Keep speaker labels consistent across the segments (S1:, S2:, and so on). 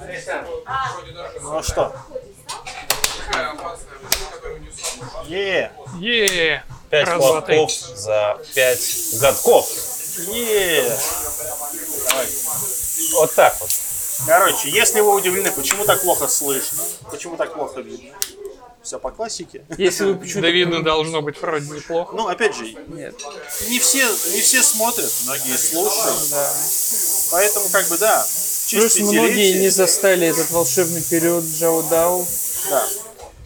S1: нельзя. Вроде даже
S2: Ну что,
S1: такая опасная штука, которую не усваиваешь.
S2: е
S3: Е,
S4: Пять
S3: Раз, два, три.
S4: глотков за пять годков.
S2: е
S4: Вот так вот.
S2: Короче, если вы удивлены, почему так плохо слышно, почему так плохо видно, все по классике.
S5: Если вы почему-то...
S3: да видно должно быть вроде неплохо.
S2: Ну, опять же, не все, не все смотрят, многие слушают. Поэтому, как бы, да, в честь
S5: Плюс многие
S2: пятилетия-
S5: не застали этот волшебный период Джао Дау
S2: да,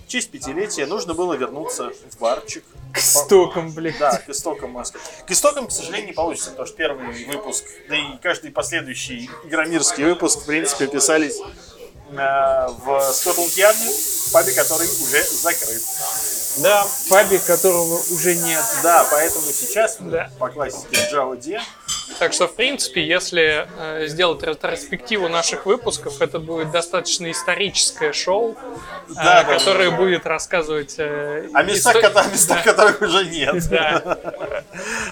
S2: в честь пятилетия нужно было вернуться в барчик.
S5: к стокам, блядь.
S2: Да, к истокам Маска. К истокам, к сожалению, не получится, потому что первый выпуск, да и каждый последующий игромирский выпуск, в принципе, писались э, в Скотланд-Ярде, пабе, который уже закрыт.
S4: Да,
S5: Пабе, которого уже нет.
S2: Да, поэтому сейчас мы
S3: Да. А,
S2: по классике Java D.
S3: Так что, в принципе, если э, сделать ретроспективу наших выпусков, это будет достаточно историческое шоу, э,
S2: Да, А да,
S3: которое будет рассказывать... э,
S2: О местах,
S3: исто-
S2: кото- о местах, которых уже нет.
S3: Да.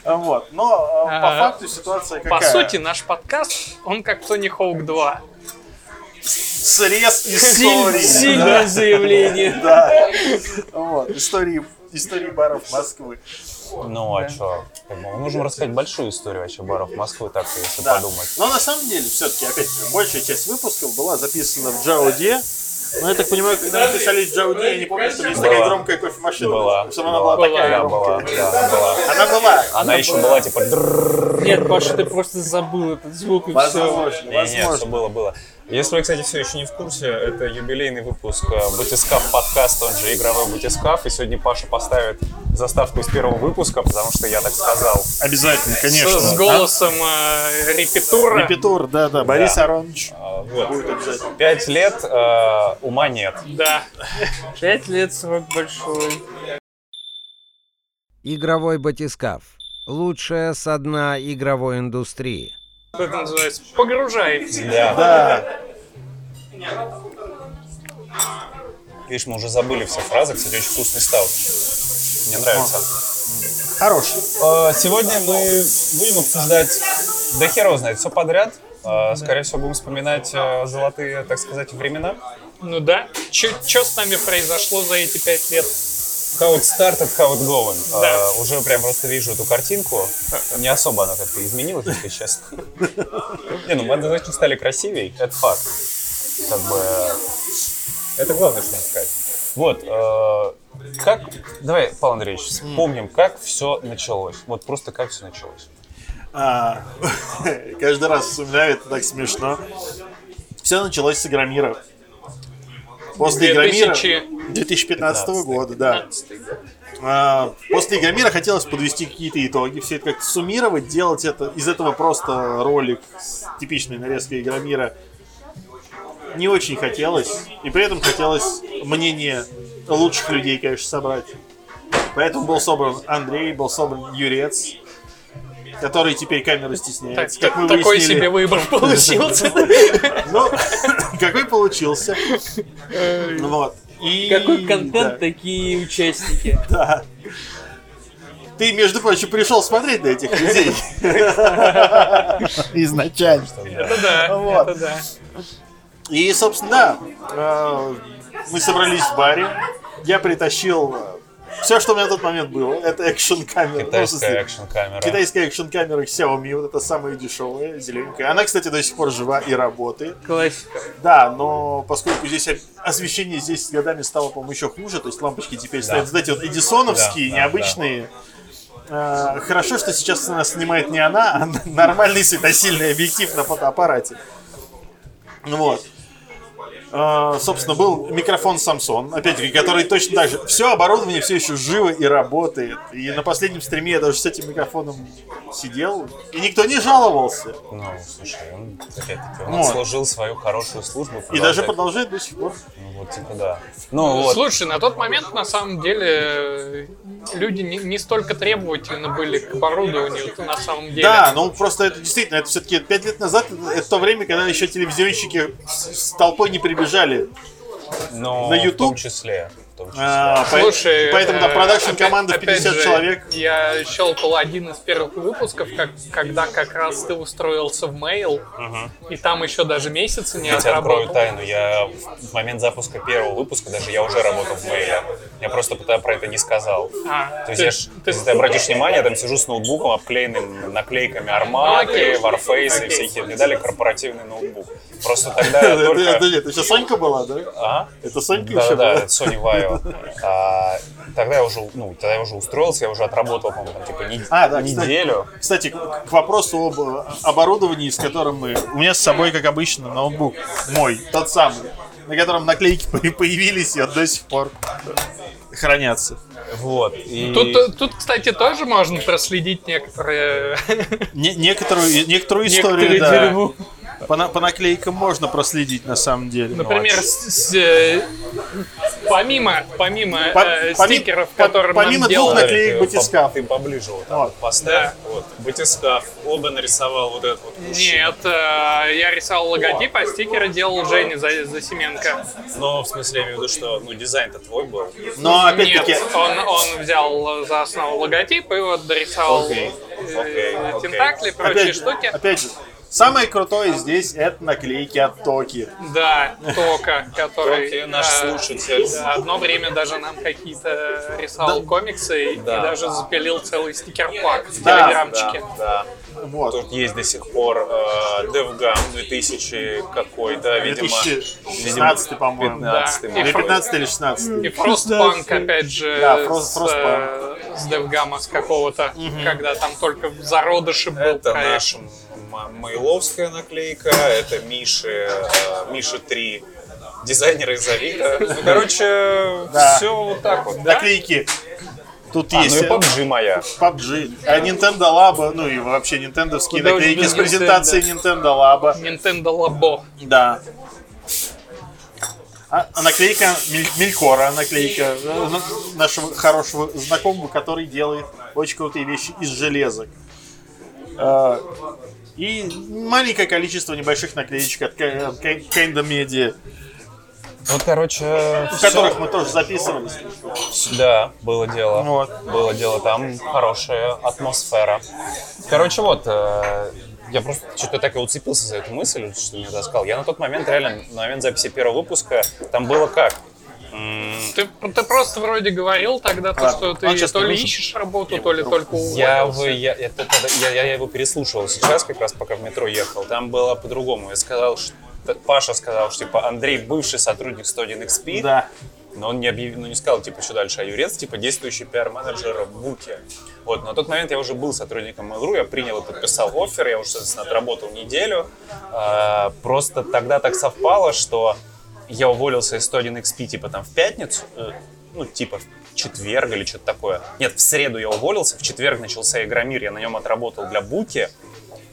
S2: Вот. Но э, по
S3: А,
S2: факту ситуация какая?
S3: По сути, наш подкаст, он как Тони Хоук 2.
S2: срез
S5: Силь-
S2: истории.
S5: Сильное заявление.
S2: Да. Вот. Истории, истории баров Москвы.
S4: ну а что? мы можем рассказать большую историю вообще баров Москвы, так если
S2: Да.
S4: подумать.
S2: Но на самом деле, все-таки, опять же, большая часть выпусков была записана в Джауде. Но я так понимаю, когда мы писались в Джауде, я не помню, что есть такая
S4: Была.
S2: громкая кофемашина.
S4: Была.
S2: Чтобы она была
S3: Была.
S2: такая
S4: Да, была,
S2: громкая.
S4: да, была.
S2: Она была.
S4: Она еще была типа «Дррррр».
S5: Нет, Паша, ты просто забыл этот звук и все.
S2: Возможно,
S4: Не, не,
S2: возможно.
S4: все было, было. Если вы, кстати, все еще не в курсе, это юбилейный выпуск э, Батискаф подкаста, он же игровой Батискаф. И сегодня Паша поставит заставку из первого выпуска, потому что я так сказал.
S2: Обязательно,
S3: С, с голосом э, репетура.
S2: Репетур, да, да. Борис Аронович.
S4: А, вот.
S2: обязательно.
S4: Пять лет э, ума нет.
S3: Да.
S5: Пять лет срок большой.
S6: Игровой батискаф. Лучшее со дна игровой индустрии.
S3: Как это называется? Погружаемся.
S4: Да.
S2: Да.
S4: Видишь, мы уже забыли все фразы, кстати, очень вкусный стал. Мне нравится.
S2: Хорош.
S4: Э, Сегодня мы будем обсуждать, да хер его знает, все подряд. Э, Скорее всего, будем вспоминать э, золотые, так сказать, времена.
S3: Ну да. Что с нами произошло за эти пять лет?
S4: How it started, how it going. Э,
S3: Да.
S4: Уже прям просто вижу эту картинку. Не особо она как-то изменилась, если честно. Не, ну мы однозначно стали красивей, это факт. Как бы... э, Это главное, что надо сказать. Вот, э, как... Давай, Павел Андреевич, вспомним, как все началось. Вот просто как все началось.
S2: А, каждый раз вспоминаю, это так смешно. Все началось с Игромира. После Игромира
S3: 2000.
S2: 2015 года, да. А, После Игромира хотелось подвести какие-то итоги, все это как-то суммировать, делать это из этого просто ролик с типичной нарезкой Игромира не очень хотелось, и при этом хотелось мнение лучших людей, конечно, собрать. Поэтому был собран Андрей, был собран Юрец, который теперь камеры
S3: Так-
S2: стесняется. как мы
S3: так- такой
S2: выяснили.
S3: себе выбор получился.
S2: Ну, какой получился. Вот. И-
S5: Какой контент,
S2: да.
S5: такие участники.
S2: Ты, между прочим, пришел смотреть на этих людей. Изначально.
S3: Это да,
S2: Вот.
S3: это да.
S2: И, собственно, да, э, мы собрались в баре. Я притащил все, что у меня на тот момент было. Это экшн-камера. Ну, в
S4: Китайская
S2: смысле,
S4: экшн-камера.
S2: Китайская экшн-камера Xiaomi, вот это самая дешевая, зелененькая. Она, кстати, до сих пор жива и работает.
S5: Классика.
S2: Да, но поскольку здесь о- освещение здесь с годами стало, по-моему, еще хуже, то есть лампочки теперь стоят, знаете, вот эдисоновские,
S4: Да, да,
S2: необычные. Э, Хорошо, что сейчас нас снимает не она, а н- нормальный светосильный объектив на фотоаппарате. Ну Вот. Э, Собственно, был микрофон Samsung, опять-таки, который точно так же. Все оборудование все еще живо и работает. И на последнем стриме я даже с этим микрофоном сидел, и никто не жаловался.
S4: Ну, слушай, он, опять-таки, он
S2: Вот.
S4: отслужил свою хорошую службу.
S2: Ну, И даже
S4: продолжает.
S2: продолжает до сих пор.
S4: Ну, вот, типа, да. Ну, вот.
S3: Слушай, на тот момент на самом деле э, люди не, не столько требовательно были к оборудованию на самом деле.
S2: Да, ну просто это действительно, это все-таки пять лет назад, это, это то время, когда еще телевизионщики с, с толпой не прибежали.
S4: Но
S2: на
S4: в
S2: YouTube?
S4: том числе. В том числе.
S2: А, по-
S3: Слушай,
S2: поэтому да,
S3: э,
S2: продакшн
S3: опять-
S2: команда в
S3: опять
S2: 50
S3: же,
S2: человек.
S3: Я щелкал один из первых выпусков, как, когда как раз ты устроился в Mail, и там еще даже месяца не
S4: Я тебе открою
S3: отработал.
S4: тайну. Я в момент запуска первого выпуска даже я уже работал в мейле. Я просто тогда про это не сказал.
S3: А,
S4: То есть,
S3: ты-
S4: я ж-
S3: ты-
S4: если ты обратишь внимание, я там сижу с ноутбуком, обклеенным наклейками
S3: окей.
S4: Армаки, Warface и
S3: Окей.
S4: всякие. Мне дали корпоративный ноутбук. Просто тогда я
S2: Подожди,
S4: только...
S2: подожди, это еще Сонька была, да?
S4: А?
S2: Это Сонька
S4: Да,
S2: еще
S4: да,
S2: была?
S4: это Sony Vaio. А, Тогда я уже, ну, тогда я уже устроился, я уже отработал, по-моему, там, типа, не-
S2: А, да, кстати.
S4: неделю.
S2: Кстати, к к вопросу об э, оборудовании, с которым мы... У меня с собой, как обычно, ноутбук мой, тот самый, на котором наклейки по- появились и до сих пор хранятся.
S4: Вот. И...
S3: Тут, э, тут, кстати, тоже можно проследить некоторые...
S2: Не- некоторую, некоторую историю,
S3: Некоторые
S2: да.
S3: дерьмо.
S2: По, на- по наклейкам можно проследить, на самом деле. Ну,
S3: Например, с- с, э, помимо, помимо
S2: По-
S3: э,
S2: поми-
S3: стикеров,
S2: по-
S3: которые нам
S2: помимо двух
S3: делали,
S2: наклеек Наклеек батискаф.
S4: Ты поближе вот так
S2: Вот.
S4: вот поставь. Вот. Батискаф. Оба нарисовал вот этот вот.
S3: Нет, э, я рисовал логотип, а стикеры делал Женя За- Засименко.
S4: Но в смысле, я имею в виду, что ну, дизайн-то твой был.
S2: Но опять-таки,
S3: Нет, А он, он взял за основу логотип и вот дорисовал
S4: Окей,
S3: э,
S4: окей, окей.
S3: тентакли и прочие
S2: опять, же-
S3: штуки.
S2: опять же, самое крутое здесь это наклейки от Токи.
S3: Да, Тока, который
S4: Токи, наш
S3: э,
S4: слушатель.
S3: да, одно время даже нам какие-то рисовал комиксы и, и даже запилил целый стикер-пак в
S2: Да,
S3: телеграмчике.
S4: Да.
S2: Вот.
S4: Тут есть до сих пор э, DevGam 2000 какой-то, видимо.
S2: 2016, по-моему.
S4: 15
S3: Да.
S2: Или
S4: может быть.
S2: 15 или 16.
S3: И Frostpunk, опять же,
S2: Да, Frost-
S3: с,
S2: Frostpunk.
S3: э, с Девгама с какого-то, когда там только в зародыше был
S4: Это
S3: проект.
S4: наша м- мейловская наклейка, это Миши, э, Миши 3 дизайнеры из Авито. Ну, короче,
S2: Да.
S4: все вот так вот. да?
S2: Наклейки. Тут
S4: А, ну
S2: есть
S4: и
S2: э,
S4: PUBG моя.
S2: PUBG, э, Nintendo Lab, ну и вообще нинтендовские
S3: Куда уж
S2: наклейки
S3: без
S2: с презентацией Nintendo Lab.
S3: Nintendo Labo.
S2: Да. А, а наклейка Мель- Мелькора, наклейка э, на- нашего хорошего знакомого, который делает очень крутые вещи из железок. Э, И маленькое количество небольших наклеечек от Кэнда Медиа,
S4: Вот, короче,
S2: в которых мы тоже записывались.
S4: Да, было дело.
S2: Вот.
S4: Было дело там, хорошая атмосфера. Короче, вот, э, я просто что-то так и уцепился за эту мысль, что не доскал. Я на тот момент, реально, на момент записи первого выпуска, там было как?
S3: Ты, ты просто вроде говорил тогда, то,
S2: Ладно.
S3: что ты
S2: Он сейчас
S3: то ли
S2: нужен.
S3: ищешь работу, то ли только
S4: Я,
S3: уволился.
S4: вы, я, это тогда- я, я- я его переслушивал сейчас, как раз пока в метро ехал. Там было по-другому. Я сказал, что Паша сказал, что типа Андрей бывший сотрудник 101 XP,
S2: Да.
S4: но он не, объяв- ну, не сказал, типа, что дальше, а Юрец, типа, действующий пиар-менеджер в Буке. Вот, на тот момент я уже был сотрудником Mail.ru, я принял и подписал оффер, я уже, соответственно, отработал неделю. А, просто тогда так совпало, что я уволился из 101 XP, типа, там, в пятницу, э, ну, типа, в четверг или что-то такое. Нет, в среду я уволился, в четверг начался Игромир, я на нем отработал для Буки,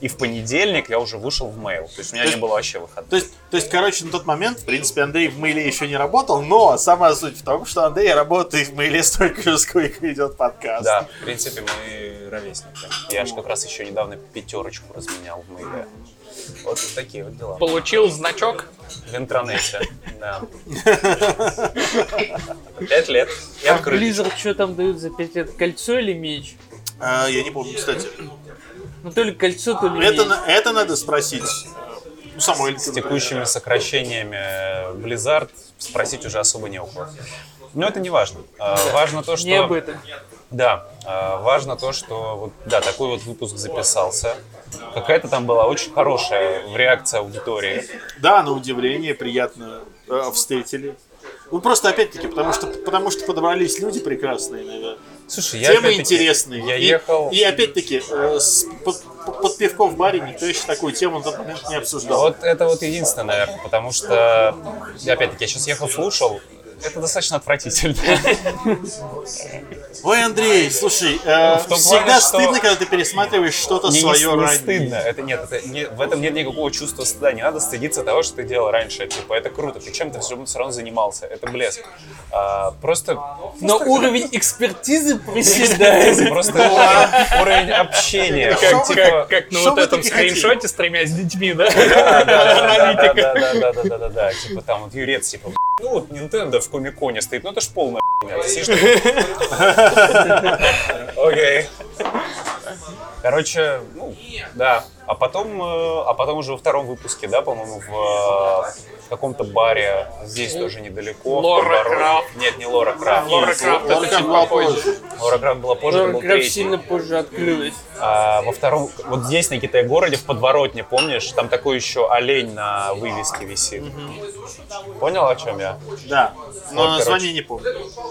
S4: и в понедельник я уже вышел в Mail. То есть у меня
S2: То
S4: не
S2: есть-
S4: было вообще выходных.
S2: То есть, то есть, короче, на тот момент, в принципе, Андрей в мейле еще не работал, но сама суть в том, что Андрей работает в мейле столько же, сколько идет подкаст.
S4: Да, в принципе, мы ровесники. Я же как раз еще недавно пятерочку разменял в мейле. Вот такие вот дела.
S3: Получил значок.
S4: В интранете, да. Пять лет и
S5: А в
S4: открыли.
S5: Blizzard что там дают за 5 лет? Кольцо или меч?
S2: А, я не помню, кстати.
S5: Ну то ли кольцо, то ли
S2: Это,
S5: меч.
S2: на- это надо спросить. Ну, самой
S4: С текущими сокращениями э, Blizzard спросить уже особо не у кого. Но это не важно. А, Важно то, что...
S5: Не об этом.
S4: Да, э, важно то, что вот, да, такой вот выпуск записался. Какая-то там была очень хорошая реакция аудитории.
S2: Да, на удивление, приятно э, встретили. Ну, просто опять-таки, потому что, потому что подобрались люди прекрасные, наверное.
S4: Слушай, я
S2: Темы
S4: опять-таки-
S2: интересные.
S4: Я
S2: и,
S4: ехал...
S2: И опять-таки, э, с- под, под пивко в баре никто еще такую тему на тот момент не обсуждал.
S4: А Вот это вот единственное, наверное, потому что, я опять-таки, я сейчас ехал, слушал, это достаточно отвратительно.
S2: Ой, Андрей, слушай, э,
S4: Ну, В том
S2: всегда
S4: плане, что-
S2: стыдно, когда ты пересматриваешь что-то
S4: Мне не,
S2: свое
S4: не
S2: ранее.
S4: стыдно. Это нет, это не- в этом нет никакого чувства стыда. Не надо стыдиться того, что ты делал раньше. Типа, это круто. Ты чем-то все равно, всё равно занимался. Это блеск. А, просто
S3: Ну,
S5: Но уровень Ну, экспертизы приседает.
S4: просто уровень, уровень общения. Он,
S3: Как,
S4: типа,
S3: как- как на
S2: что
S3: вот
S2: вы
S3: этом
S2: таки хотите?
S3: скриншоте с тремя с детьми, да?
S4: да, да, да,
S3: Аналитика.
S4: да, да, да, да, да, да, да, да, типа там вот Юрец, типа, Ну вот Nintendo в Комиконе стоит, ну это ж полная хуйня, это слишком- Окей. Короче, ну, да. А потом, э, а потом уже во втором выпуске, да, по-моему, в, э, в каком-то баре здесь тоже недалеко. в
S3: Лора
S4: Подгородье.
S3: Крафт.
S4: Нет, не Лора Крафт.
S3: Лора Крафт, это
S2: Лора Крафт
S3: чуть
S2: была
S3: попозже.
S4: Лора Крафт была позже, это был
S5: Граф
S4: третий.
S5: сильно позже открылась.
S4: А во втором, вот здесь, на Китай-городе, в подворотне, помнишь, там такой еще олень на вывеске висит. Понял, о чем я?
S2: Да. Но
S4: Вот,
S2: название не помню.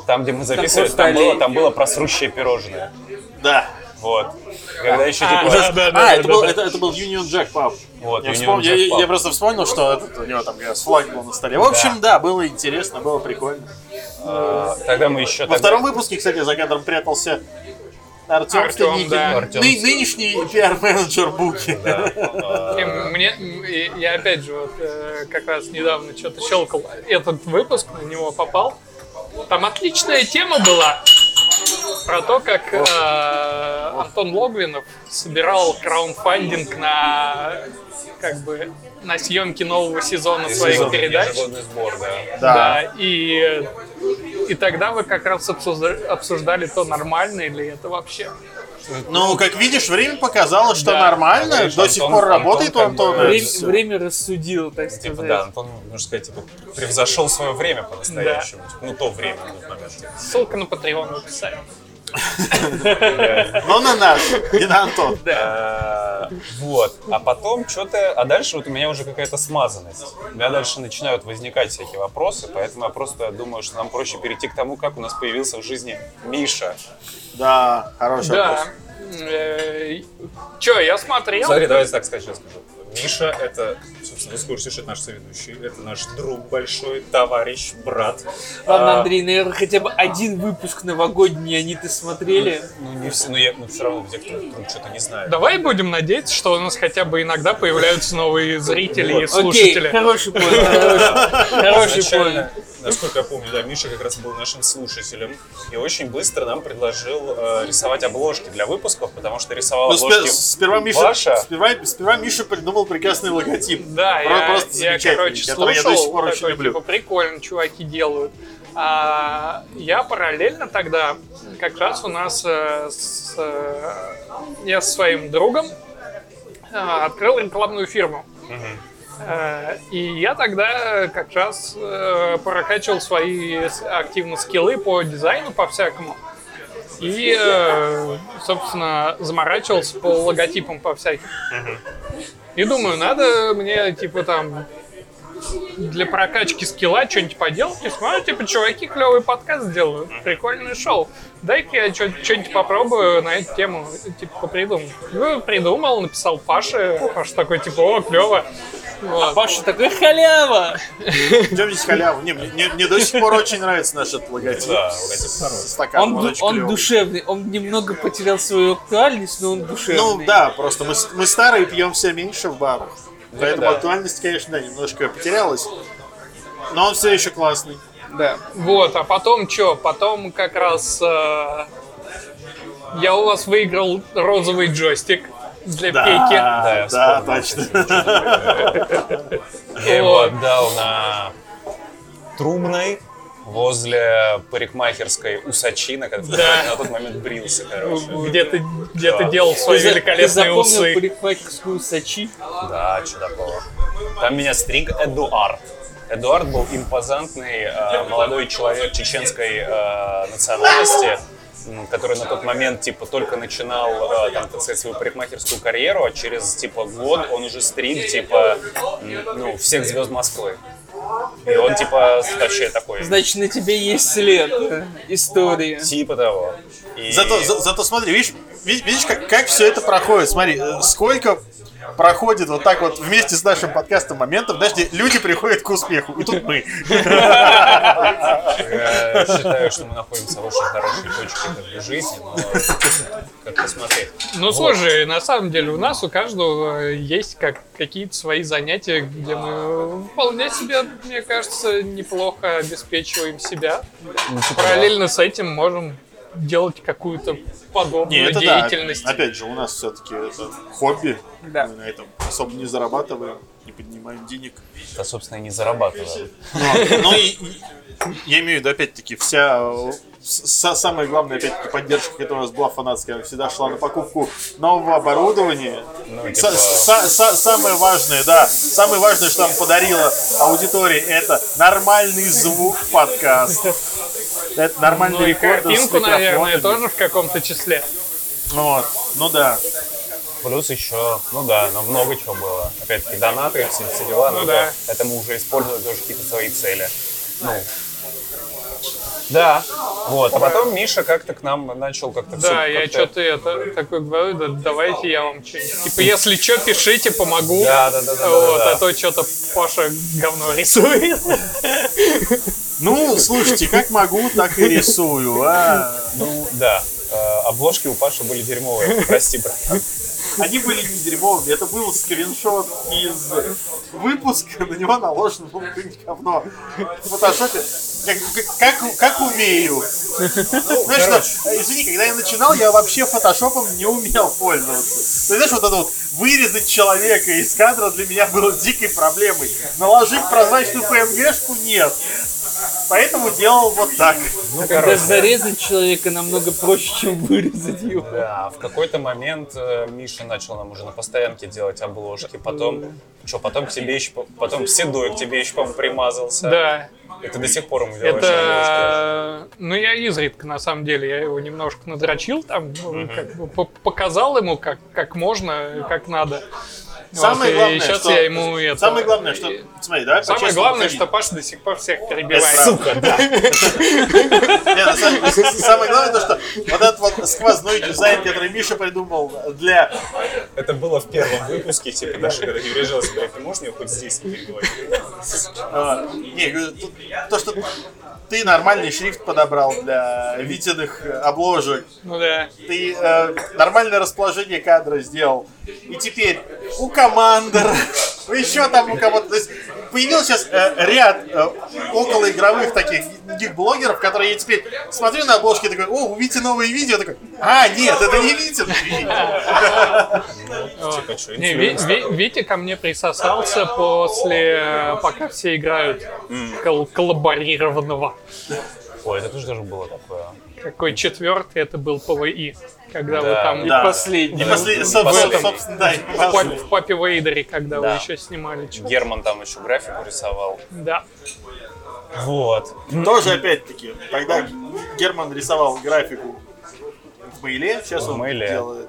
S4: Там, где мы записывали,
S5: просто
S4: там, было,
S5: олень.
S4: там было просрущее пирожное.
S2: Да.
S4: Вот. Когда еще типа...
S2: Ужас. а, это, был, это, это был Union Jack Pub.
S4: Вот,
S2: я,
S4: Union
S2: вспом- я-
S4: Jack
S2: я-
S4: Pub.
S2: я просто вспомнил, что этот, у него там как раз флаг был на столе. В общем, да, было интересно, было прикольно.
S4: а, Тогда мы еще...
S2: Во втором выпуске, кстати, за кадром прятался Артем
S3: Артём,
S2: Станикин,
S3: да.
S4: Артём.
S2: ны- нынешний пиар-менеджер Буки.
S3: И мне, м, и я опять же, вот, э, как раз недавно что-то щелкал этот выпуск, на него попал. Там отличная тема была про то, как э, Антон Логвинов собирал краундфандинг на как бы на съемки нового сезона своих передач.
S4: Ежегодный сбор, да.
S2: Да.
S3: Да, и, и тогда вы как раз обсужда- обсуждали, то нормально или это вообще.
S2: Ну, как видишь, время показало, что
S3: Да.
S2: нормально.
S4: Видишь,
S2: До сих
S4: Антон-
S2: пор
S4: Антон
S2: работает у
S4: как бы-
S2: Антона.
S5: Время,
S2: всё.
S5: время рассудило, так
S4: Типа,
S5: сказать.
S4: да, Антон, можно сказать, типа, превзошел свое время по-настоящему. Ну, то время на тот момент.
S3: Ссылка на Patreon в описании.
S2: Но на нас, не на Антон.
S4: Э, Вот. А потом что-то... А дальше вот у меня уже какая-то смазанность. У меня дальше начинают возникать всякие вопросы, поэтому я просто думаю, что нам проще перейти к тому, как у нас появился в жизни Миша.
S2: Да, хороший
S3: Да.
S2: вопрос.
S3: Э, Че, я смотрел?
S4: Смотри, давай так сказать, сейчас скажу. Миша — это, собственно, вы скоро слышите, наш соведущий. Это наш друг большой, товарищ, брат.
S5: Ладно,
S4: А,
S5: Андрей, наверное, хотя бы один выпуск новогодний они ты смотрели.
S4: Ну, не все, но я ну, все равно где кто что-то не знает.
S3: Давай будем надеяться, что у нас хотя бы иногда появляются новые зрители и
S5: Окей,
S3: слушатели.
S5: хороший поинт, хороший, хороший
S4: Изначально,
S5: поинт.
S4: насколько я помню, да, Миша как раз был нашим слушателем и очень быстро нам предложил э, рисовать обложки для выпусков, потому что рисовал
S2: Ну, спе-
S4: обложки
S2: сперва, Миша,
S4: Паша.
S2: сперва, сперва Миша придумал прекрасный логотип.
S3: Да,
S2: Про-
S3: я,
S2: просто
S3: я,
S2: замечательный,
S3: короче,
S2: который
S3: слушал,
S2: я до сих пор очень
S3: такой,
S2: люблю.
S3: типа, прикольно чуваки делают. А, я параллельно тогда, как раз у нас, э, с, э, я со своим другом э, открыл рекламную фирму. Э, И я тогда как раз э, прокачивал свои с- активно скиллы по дизайну, по всякому. И, э, собственно, заморачивался по логотипам по всяким. И думаю, надо мне, типа, там, для прокачки скилла что-нибудь поделать. И смотрю, типа, чуваки клевый подкаст делают, прикольное шоу. Дай-ка я что-нибудь попробую на эту тему, типа, попридумал. Ну, придумал, написал Паше. Паша такой, типа, о, клево.
S5: А Паша такой халява.
S2: Идем здесь халяву. Не, мне, мне- мне до сих пор очень нравится наш этот логотип.
S4: Да, логотип хороший.
S2: Стакан,
S5: Он, ду-
S2: морочка
S5: он
S2: клёвый.
S5: душевный, он немного потерял свою актуальность, но он душевный.
S2: Ну да, просто мы, с- мы старые пьем все меньше в барах.
S3: Ну,
S2: Поэтому
S4: да.
S2: актуальность, конечно, да, немножко потерялась. Но он все еще классный.
S5: Да.
S3: Вот, а потом что? Потом как раз э, я у вас выиграл розовый джойстик для пейки.
S4: Да, я
S2: да, да, точно.
S4: Я его
S3: Вот.
S4: отдал на Трубной возле парикмахерской Усачи, на которой я на тот момент брился, короче.
S3: Где ты, где ты
S4: Да.
S3: делал свои
S5: за-
S3: великолепные
S5: запомнил
S3: усы?
S5: парикмахерскую Сочи?
S4: Да, что такого. Там меня стриг Эдуард. Эдуард был импозантный э, молодой человек чеченской э, национальности, м, который на тот момент типа только начинал э, там, так сказать, свою парикмахерскую карьеру, а через типа год он уже стриг типа м, ну, всех звезд Москвы. И он типа вообще такой.
S5: Значит, на тебе есть след э, истории.
S4: Типа того. И-
S2: Зато, за- зато смотри, видишь, ви- видишь, как, как все это проходит. Смотри, э, сколько проходит вот так вот вместе с нашим подкастом моментов, знаешь, где люди приходят к успеху, и тут мы.
S4: Я э, считаю, что мы находимся в очень хорошей точке как бы, жизни, но как посмотреть.
S3: Ну слушай, на самом деле у нас у каждого э, есть как какие-то свои занятия, где мы вполне себе, мне кажется, неплохо обеспечиваем себя. Параллельно с этим можем делать какую-то подобную
S2: Не, это да.
S3: деятельность.
S2: Опять же, у нас все-таки это хобби.
S3: Да.
S2: Мы на этом особо не зарабатываем, не поднимаем денег.
S4: Да, собственно, и не зарабатываю.
S2: Но- Ну, и- и- я имею в виду, опять-таки, вся э, с- со- самая главная, опять-таки, поддержка, которая у нас была фанатская, она всегда шла на покупку нового оборудования. Са-
S4: типа-
S2: са- са- Самое важное, да, самое важное, что нам подарила аудитория, это нормальный звук подкаста. Это нормальный
S3: Ну и
S2: рекорд с
S3: картинку, наверное,
S2: микрофонами.
S3: тоже в каком-то числе.
S2: Вот. Ну да.
S4: Плюс еще, ну да, но много чего было. Опять-таки донаты, все, все дела.
S3: Ну
S4: но
S3: да.
S4: Это мы уже использовали тоже какие-то свои цели. Ну. Да, вот. А потом Миша как-то к нам начал как-то всё
S3: Да, я
S4: как-то-
S3: что-то это такой говорю, да давайте я вам что-нибудь. Типа, если что, пишите, помогу.
S4: Да, да, да, да, да,
S3: Вот,
S4: да.
S3: а то что-то Паша говно рисует.
S2: Ну, слушайте, как могу, так и рисую. а.
S4: Ну да, Э, обложки у Паши были дерьмовые, прости, брат.
S2: Они были не дерьмовыми, это был скриншот из выпуска, на него наложено было какое-нибудь говно. В фотошопе. Как, как, как умею. Ну, Знаешь, что, извини, когда я начинал, я вообще фотошопом не умел пользоваться. Ты знаешь, вот это вот вырезать человека из кадра для меня было дикой проблемой. Наложить прозрачную PNG-шку нет. Поэтому делал вот так.
S4: Ну,
S5: Когда
S4: короче,
S5: зарезать человека намного проще, чем вырезать его.
S4: да, в какой-то момент э, Миша начал нам уже на постоянке делать обложки, потом, что, потом к тебе еще, по- потом Седой к тебе еще, по-моему, примазался.
S3: Да.
S4: И ты до сих пор ему делаешь обложки.
S3: Это, ну я изредка на самом деле, я его немножко надрочил, там ну, как бы по- показал ему как как можно, как надо.
S2: Самое
S3: Вот,
S2: главное,
S3: и сейчас
S2: что-
S3: я ему это.
S2: Самое главное, что...
S3: и-
S2: Смотри, давай
S3: Самое
S2: по-честному
S3: главное,
S2: ходить.
S3: что Паша до сих пор
S4: Э,
S3: всех перебивает.
S2: Сука. Не, на самом деле, с- Самое главное то, что вот этот вот сквозной дизайн, который Миша придумал для...
S4: Это было в первом выпуске, типа, Даша, когда не врежалась, говорит, ты можешь меня хоть здесь не переговорить?
S2: э, не, говорю, тут- то, что ты нормальный шрифт подобрал для Витиных э, обложек,
S3: Ну да.
S2: ты э, нормальное расположение кадра сделал. И теперь у командера, еще там у кого-то. То есть появился сейчас э, ряд около игровых таких гик-блогеров, которые я теперь смотрю на обложки и такой, о, увидите новые видео, такой, а, нет, это не Витин.
S4: Типа, что,
S3: Не, Ви- Ви- Витя ко мне присосался после, э, пока все играют кол- коллаборированного.
S4: Ой, это тоже даже было такое.
S3: Какой четвертый это был ПВИ, когда вы
S4: Да,
S3: там
S2: да.
S5: Последний.
S2: И после, соб-
S4: Последний.
S2: собственно, да, и
S3: в, пап-
S2: последний.
S3: в Папе Вейдере, когда
S4: Да.
S3: вы еще снимали. чё-
S4: Герман там еще графику рисовал.
S3: Да.
S4: Вот. Ну,
S2: Тоже опять-таки, тогда Герман рисовал графику в Мейле, сейчас
S4: В
S2: он
S4: Мейле.
S2: делает.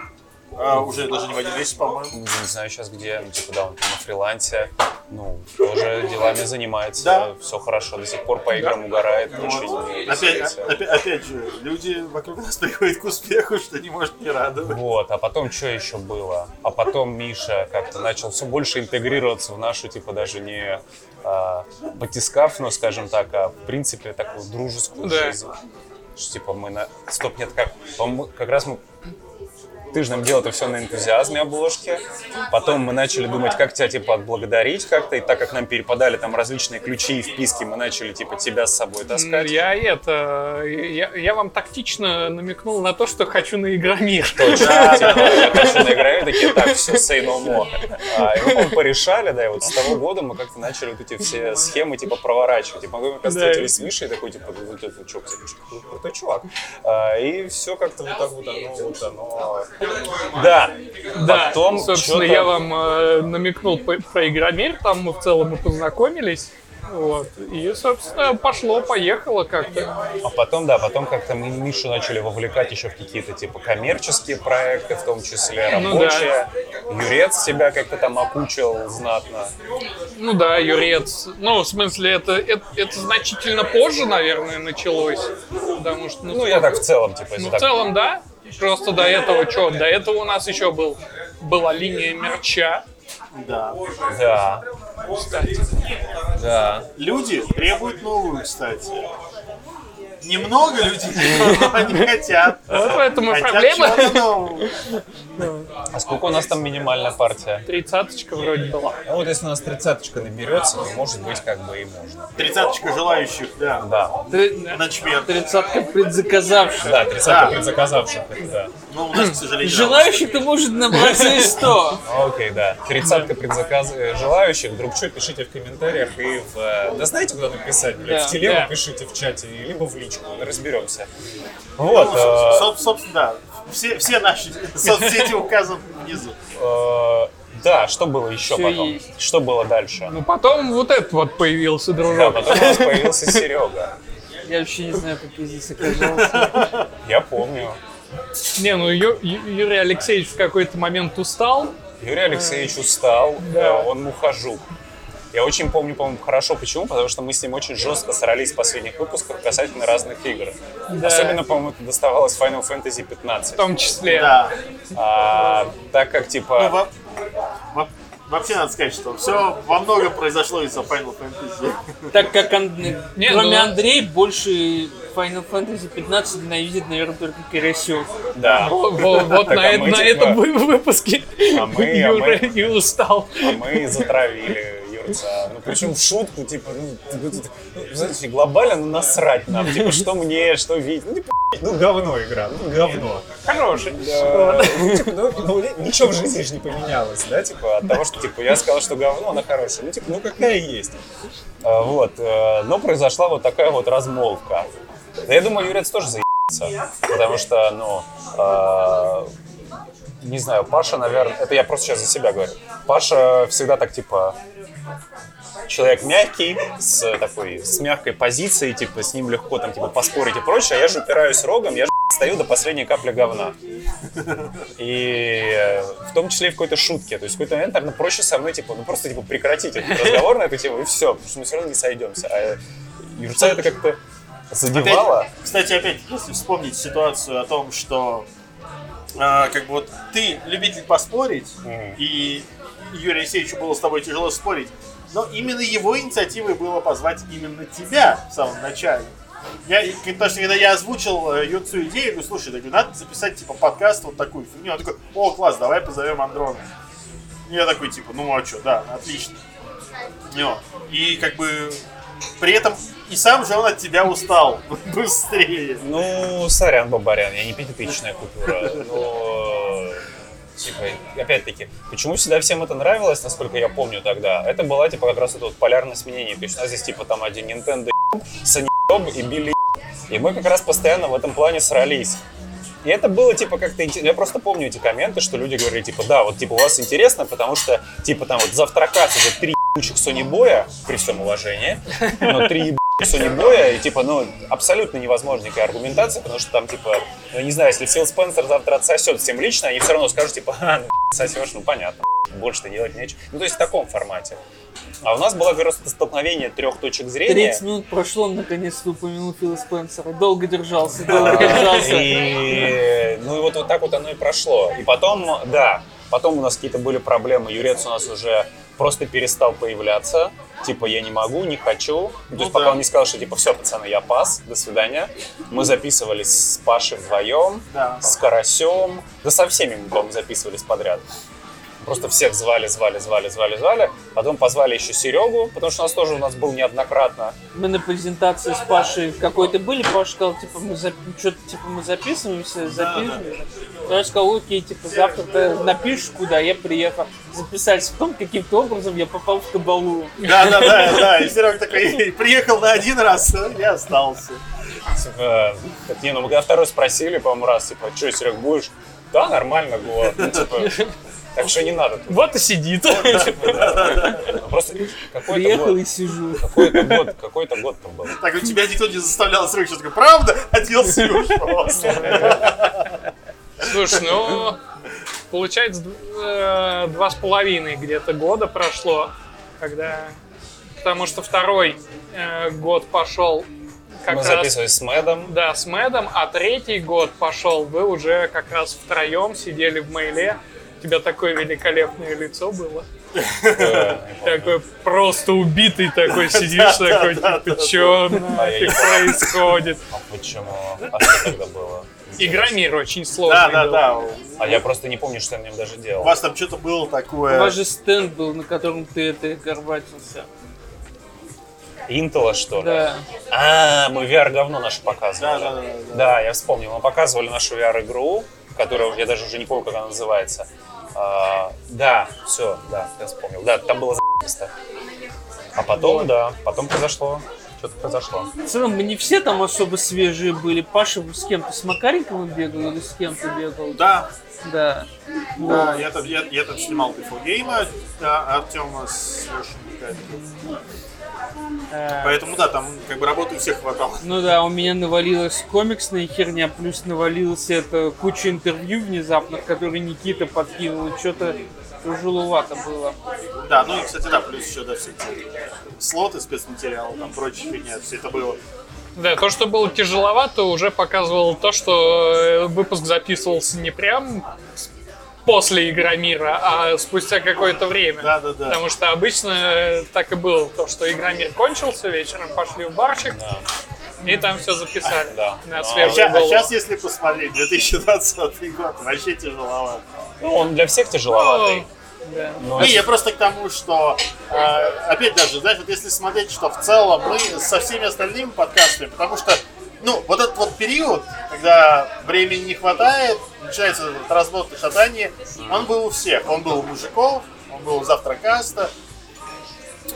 S2: а, уже даже не в один месяц, по-моему.
S4: Ну, Я не знаю сейчас где, ну, типа, да, он там на фрилансе, ну, тоже делами занимается,
S2: Да.
S4: все хорошо, до сих пор по играм угорает, ничего не
S2: Опять,
S4: рисуется.
S2: опять, опять же, люди вокруг нас приходят к успеху, что не может не радовать.
S4: Вот, а потом что еще было? А потом Миша как-то начал все больше интегрироваться в нашу, типа, даже не а, батискаф, но, скажем так, а в принципе такую дружескую
S3: Да.
S4: жизнь. Что, типа, мы на... Стоп, нет, как? По-моему, как раз мы... Ты же нам делал это все на энтузиазме обложки. Потом мы начали думать, как тебя, типа, отблагодарить как-то. И так как нам перепадали там различные ключи и вписки, мы начали, типа, тебя с собой
S3: М,
S4: таскать.
S3: Я это. Я, я вам тактично намекнул на то, что хочу на Игромир.
S4: Точно, типа, я хочу на игре, и такие, так, все, say no more. А, и мы, по-моему, порешали, да, и вот с того года мы как-то начали вот эти все схемы, типа, проворачивать. И потом мы как-то
S3: Да.
S4: встретились с Мишей, такой, типа, ну, вот этот чувак, типа, чё, крутой чувак. А, и все как-то вот так вот оно, вот оно. Да,
S3: Да,
S4: потом
S3: собственно,
S4: чё-то-
S3: я вам э, намекнул по- про Игромир, там мы в целом и познакомились. Вот. И, собственно, пошло, поехало как-то.
S4: А потом, да, потом как-то мы Мишу начали вовлекать еще в какие-то, типа, коммерческие проекты, в том числе
S3: Ну
S4: рабочие. Юрец себя как-то там окучил знатно.
S3: Ну да, Юрец. Ну, в смысле, это, это, это значительно позже, наверное, началось. Потому что, ну,
S4: Ну, я так в целом, типа, если
S3: Ну, в
S4: так
S3: целом, да. Просто до этого что? До этого у нас еще был, была линия мерча.
S2: Да.
S4: Да. Да.
S2: Люди требуют новую, кстати. Немного людей, но они хотят.
S3: Вот поэтому и
S2: Хотят
S3: проблема.
S2: чего-то нового.
S4: А сколько у нас там минимальная партия?
S3: Тридцаточка вроде была.
S4: Ну вот если у нас тридцаточка наберется, то может быть как бы и можно.
S2: Тридцаточка желающих, да,
S4: Да.
S2: на чмер.
S5: Тридцатка предзаказавших.
S4: Да, тридцатка
S2: Да.
S4: предзаказавших. Да.
S2: Ну, у нас, к сожалению,
S5: Желающих ты может набраться и сто.
S4: Ну, Окей, да. Тридцатка предзаказ э, желающих. Вдруг что, пишите в комментариях и в... э, Да знаете, куда написать, блядь?
S5: Да,
S4: в телегу
S5: да.
S4: пишите в чате, либо в личку. Разберемся.
S2: Ну,
S4: Вот.
S2: соб-
S4: э,
S2: соб- Собственно, да. Все, все наши соцсети указаны внизу.
S4: э, Да, что было еще
S5: Всё
S4: потом?
S5: есть.
S4: Что было дальше?
S3: Ну потом вот этот вот появился
S4: Да,
S3: дружок.
S4: потом у нас появился Серега.
S5: Я вообще не знаю, как я здесь оказался.
S4: Я помню.
S3: Не, ну Ю- Ю- Юрий Алексеевич в какой-то момент устал.
S4: Юрий Алексеевич устал,
S3: Да.
S4: э, он мухожук. Я очень помню, по-моему, хорошо. Почему? Потому что мы с ним очень жестко срались в последних выпусках касательно разных игр. Особенно, по-моему, это доставалось Final Fantasy 15.
S3: В том числе.
S2: Да.
S4: А, так как,
S2: Ну,
S4: типа,
S2: во- во- Вообще надо сказать, что все во многом произошло из-за Final Fantasy.
S5: Так как Ан-
S3: Не,
S5: кроме
S3: ну-
S5: Андрей больше Final Fantasy 15 ненавидит, наверное, только Кирасев.
S4: да,
S3: Во- во- Вот
S4: Так,
S3: на
S4: а
S3: э-
S4: мы
S3: на
S4: типа-
S3: этом вы- выпуске
S4: А мы- а мы-
S3: Юра не устал.
S4: мы затравили Юрца. Ну, причем в шутку, типа, ну, ну, ну, знаете, глобально ну, насрать нам. Типа, что мне, что видеть. Ну, не пи***ть, ну, говно игра, ну, говно.
S3: Хороший.
S4: Э, ну, типа, ну, ну, ничего в жизни же не поменялось, да, типа, от того, что, типа, я сказал, что говно, она хорошая, ну, типа, ну, какая есть. Э, Вот, э, но произошла вот такая вот размолвка. Да я думаю, Юрец тоже заебется, потому что, ну, э, не знаю, Паша, наверное, это я просто сейчас за себя говорю. Паша всегда так, типа, человек мягкий, с такой, с мягкой позицией, типа, с ним легко там, типа, поспорить и прочее, а я же упираюсь рогом, я же стою до последней капли говна. И э, в том числе и в какой-то шутке. То есть в какой-то момент, наверное, проще со мной, типа, ну просто типа прекратить этот разговор на эту тему, и все, потому что мы все равно не сойдемся. А э, Юрца это как-то задевало.
S2: Опять- кстати, опять, если вспомнить ситуацию о том, что а, как бы вот ты любитель поспорить,
S4: Мгм.
S2: и Юрию Алексеевичу было с тобой тяжело спорить, но именно его инициативой было позвать именно тебя в самом начале. Я, и, потому что когда я озвучил э, Юрцу идею, я говорю, слушай, я говорю, надо записать типа подкаст вот такую фигню. Он такой, о, класс, давай позовем Андрона. И Я такой, типа, ну а что, да, отлично. И вот. И как бы при этом и сам же он от тебя устал быстрее.
S4: Ну, сорян, бабарян, я не пятитысячная купюра, но... Типа, опять-таки, почему всегда всем это нравилось, насколько я помню тогда, это была, типа, как раз это вот полярность мнений. То есть у нас здесь, типа, там один Nintendo еб, Sony еб и Билли еб. И мы как раз постоянно в этом плане срались. И это было, типа, как-то интересно. Я просто помню эти комменты, что люди говорили, типа, да, вот, типа, у вас интересно, потому что, типа, там, вот, завтракас уже три ебучих Sony Боя, при всем уважении, но три еб- Sony Боя, и, типа, ну, абсолютно невозможна никакая аргументация, потому что там, типа, ну, я не знаю, если Фил Спенсер завтра отсосет всем лично, они все равно скажут, типа, а, ну, сосешь, ну, понятно, больше-то делать нечего. Ну, то есть в таком формате. А у нас было как раз столкновение трех точек зрения.
S5: 30 минут прошло, он наконец-то упомянул Фила Спенсера. Долго держался, долго держался.
S4: И ну и вот, вот так вот оно и прошло. И потом, да, потом у нас какие-то были проблемы. Юрец у нас уже просто перестал появляться. Типа, я не могу, не хочу. Ну, То есть, пока он не сказал, что типа, все, пацаны, я пас, до свидания. Мы записывались с Пашей вдвоем,
S2: Да.
S4: с Карасем. Да со всеми мы, по-моему, записывались подряд. Просто всех звали, звали, звали, звали, звали. Потом позвали еще Серегу, потому что у нас тоже у нас был неоднократно.
S5: Мы на презентации с Пашей какой-то были, Паша сказал, типа, мы что-то типа мы записываемся, записываемся. Я сказал, окей, типа, завтра ты напишешь, куда я приехал. Записались. Потом каким-то образом я попал в кабалу.
S2: Да, да, да, да. И Серега такой приехал на один раз э, и остался.
S4: Типа, так, не, ну мы когда второй спросили, по-моему, раз, типа, что, Серег, будешь? Да, нормально, год. Ну, типа, так что не надо. тут.
S3: Вот и сидит.
S4: Ну, Просто какой-то
S5: Приехал
S4: год,
S5: и сижу.
S4: какой-то год, какой-то год-то был.
S2: Так у тебя никто не заставлял срочно. Такой, правда? Оделся и ушел.
S3: Слушай, ну получается дв- э, два с половиной где-то года прошло, когда... Потому что второй э, год пошел как
S4: Мы
S3: раз...
S4: записывались с Мэдом.
S3: Да, с Мэдом, а третий год пошел, вы уже как раз втроем сидели в мейле. тебя такое великолепное лицо было. Такой просто убитый такой сидишь, такой, типа, что нафиг происходит?
S4: А почему? А что тогда было?
S3: Игра мира очень сложная.
S2: Да, да, да. У
S4: А я просто не помню, что я в нем даже делал.
S2: вас там что-то было
S5: У
S2: такое.
S5: вас же стенд был, на котором ты это горбатился.
S4: Интела, что ли?
S5: Да.
S4: А, мы VR-говно наше
S2: Да,
S4: показывали.
S2: да, да, да.
S4: Да, я вспомнил. Мы показывали нашу VR-игру, которую я даже уже не помню, как она называется. А, да, все, да, я вспомнил. Да, там было за***сто. А потом, да, потом произошло. Что-то произошло.
S5: В целом, мы не все там особо свежие были. Паша с кем-то, с Макаренковым бегал или с кем-то бегал?
S2: Да,
S5: Да.
S2: да, я там, я, я там снимал Бифлгейма, да, Артема с Лешей Михайловым.
S5: Э.
S2: Поэтому да, там как бы работы у всех хватало.
S5: Ну да, у меня навалилась комиксная херня, плюс навалилась это куча интервью внезапных, которые Никита подкинул, что-то тяжеловато было.
S2: Да, ну и, кстати, да, плюс еще, да, все эти слоты, спецматериалы, там прочие фигня, все это было.
S3: Да, то, что было тяжеловато, уже показывало то, что э, выпуск записывался не прям с- после Игромира, а спустя какое-то время.
S2: Да-да-да.
S3: Потому что обычно э, так и было, то, что Игромир кончился, вечером пошли в барчик, и там все записали
S4: Да.
S3: на
S4: А
S2: А
S3: свежую голову.
S2: сейчас, если посмотреть, 2020 год, вообще тяжеловато.
S4: Ну, он для всех
S3: Ну,
S4: тяжеловатый.
S3: Да.
S4: но
S2: Ну, я просто к тому, что э, опять даже, знаешь, вот если смотреть, что в целом мы со всеми остальными подкастами, потому что, ну, вот этот вот период, когда времени не хватает, начинается этот разбор и шатание, он был у всех. Он был у мужиков, он был у завтракаста.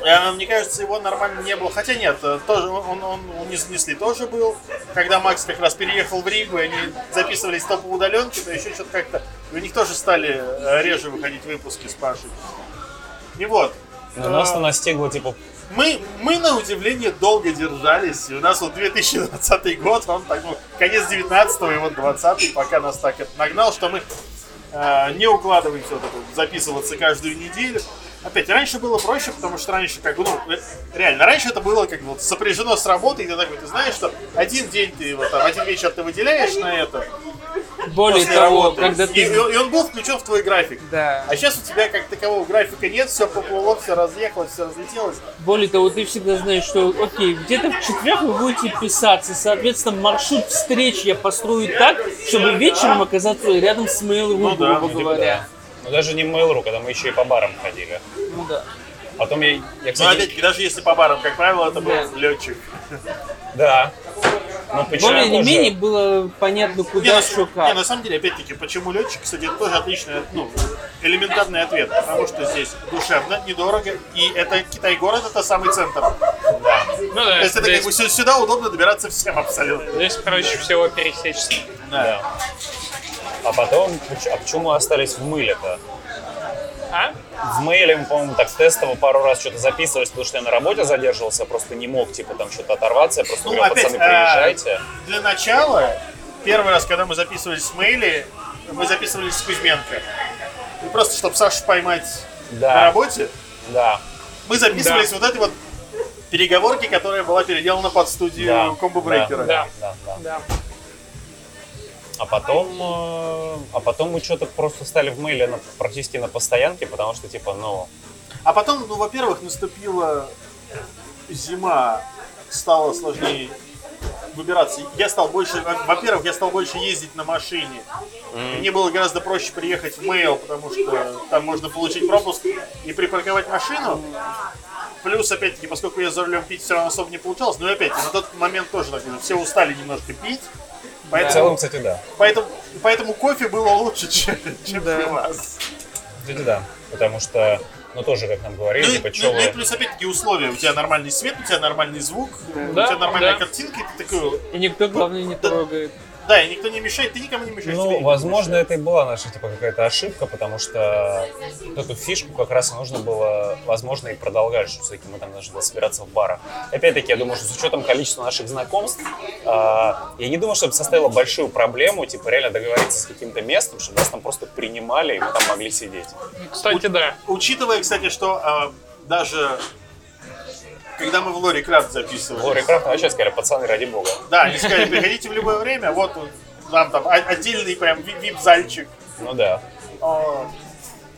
S2: Э, Мне кажется, его нормально не было. Хотя нет, э, тоже он, он, он у Низ- Несли тоже был. Когда Макс как раз переехал в Ригу, и они записывались то по удаленке, то еще что-то как-то. И у них тоже стали э, реже выходить выпуски с Пашей. И вот.
S5: Ну
S4: но нас настигло, типа,
S2: Мы, мы, на удивление, долго держались. И у нас вот 2020 год, он так, ну, конец 19 и вот 20 пока нас так это нагнал, что мы э, не укладываемся вот это вот записываться каждую неделю. Опять, раньше было проще, потому что раньше, как бы, ну, э, реально, раньше это было как бы вот сопряжено с работой, и ты такой, ты знаешь, что один день ты, вот там, один вечер ты выделяешь на это,
S5: Более
S2: после
S5: того,
S2: работы,
S5: когда
S2: и, и
S5: ты...
S2: он- и он был включен в твой график.
S5: Да.
S2: А сейчас у тебя как такового графика нет, все поплыло, все разъехалось, все разлетелось.
S5: Более того, ты всегда знаешь, что, окей, где-то в четверг вы будете писаться, соответственно, маршрут встреч я построю так, чтобы вечером оказаться рядом с Mail.ru,
S2: Ну да,
S5: грубо
S2: ну типа
S5: говоря.
S4: ну, даже не Mail.ru, когда мы еще и по барам ходили.
S5: Ну да.
S4: Потом я, я
S2: Ну,
S4: кстати,
S2: опять-таки, даже если по барам, как правило, это был
S5: Да.
S2: летчик.
S4: да. Ну, Но почему
S5: Более или
S4: же-
S5: менее было понятно,
S2: Не, ну,
S5: куда,
S2: на,
S5: что,
S2: не, на
S5: как.
S2: самом деле, опять-таки, почему летчик, кстати, это тоже отличный, ну, элементарный ответ. Потому что здесь душевно, недорого, и это Китай-город, это самый центр.
S4: Да.
S3: Ну да,
S2: То есть это как
S3: здесь,
S2: бы сю- сюда удобно добираться всем абсолютно.
S3: здесь проще всего пересечься.
S4: Да. А потом, поч- а почему мы остались в мыле-то?
S3: А?
S4: В мейле, мы, по-моему, так тестово пару раз что-то записывались, потому что я на работе задерживался, просто не мог, типа, там что-то оторваться. Я просто
S2: Ну,
S4: говорил,
S2: опять,
S4: пацаны,
S2: а,
S4: приезжайте.
S2: Для начала, первый раз, когда мы записывались в Мейли, мы записывались с Кузьменко. И просто, чтобы Сашу поймать
S4: Да.
S2: на работе,
S4: Да.
S2: мы записывались вот этой вот переговорки, которая была переделана под студию
S4: да,
S2: Комбо Брейкера.
S4: Да, да, да, да.
S3: Да.
S4: А потом, э, а потом мы что-то просто стали в мейле на- практически на постоянке, потому что, типа, ну,
S2: А потом, ну, во-первых, наступила зима, стало сложнее выбираться. Я стал больше, во- во-первых, я стал больше ездить на машине. Мне было гораздо проще приехать в Мейл, потому что там можно получить пропуск и припарковать машину. Плюс, опять-таки, поскольку я за рулем пить все равно особо не получалось, но и опять, на тот момент тоже так, все устали немножко пить.
S4: в
S2: Поэтому,
S4: целом, кстати, да.
S2: поэтому, поэтому кофе было лучше, чем, чем пивас.
S4: Кстати, да. Потому что, ну, тоже, как нам говорили,
S2: Ну, и-
S4: типа,
S2: ну,
S4: чё
S2: ну и
S4: вы...
S2: плюс опять-таки условия. У тебя нормальный свет, у тебя нормальный звук, у
S3: Да,
S2: тебя нормальная
S3: да.
S2: картинка, и ты такой...
S5: И никто, главное, не трогает.
S2: Да, и никто не мешает, ты никому не мешаешь. тебе
S4: Ну,
S2: никто
S4: возможно,
S2: не
S4: это и была наша типа какая-то ошибка, потому что вот эту фишку как раз и нужно было, возможно, и продолжать, что все-таки мы там должны были собираться в барах. Опять-таки, я думаю, что с учетом количества наших знакомств, а, я не думаю, что это составило большую проблему, типа реально договориться с каким-то местом, чтобы нас там просто принимали и мы там могли сидеть.
S3: Кстати, да.
S2: мешает. Учитывая, кстати, что а, даже когда мы в Лори Крафт записывали,
S4: Лори Крафт вообще сказали, пацаны, ради бога.
S2: да, они сказали, приходите в любое время, вот он, нам там а- отдельный прям ви- вип-зальчик.
S4: Ну да.
S2: О,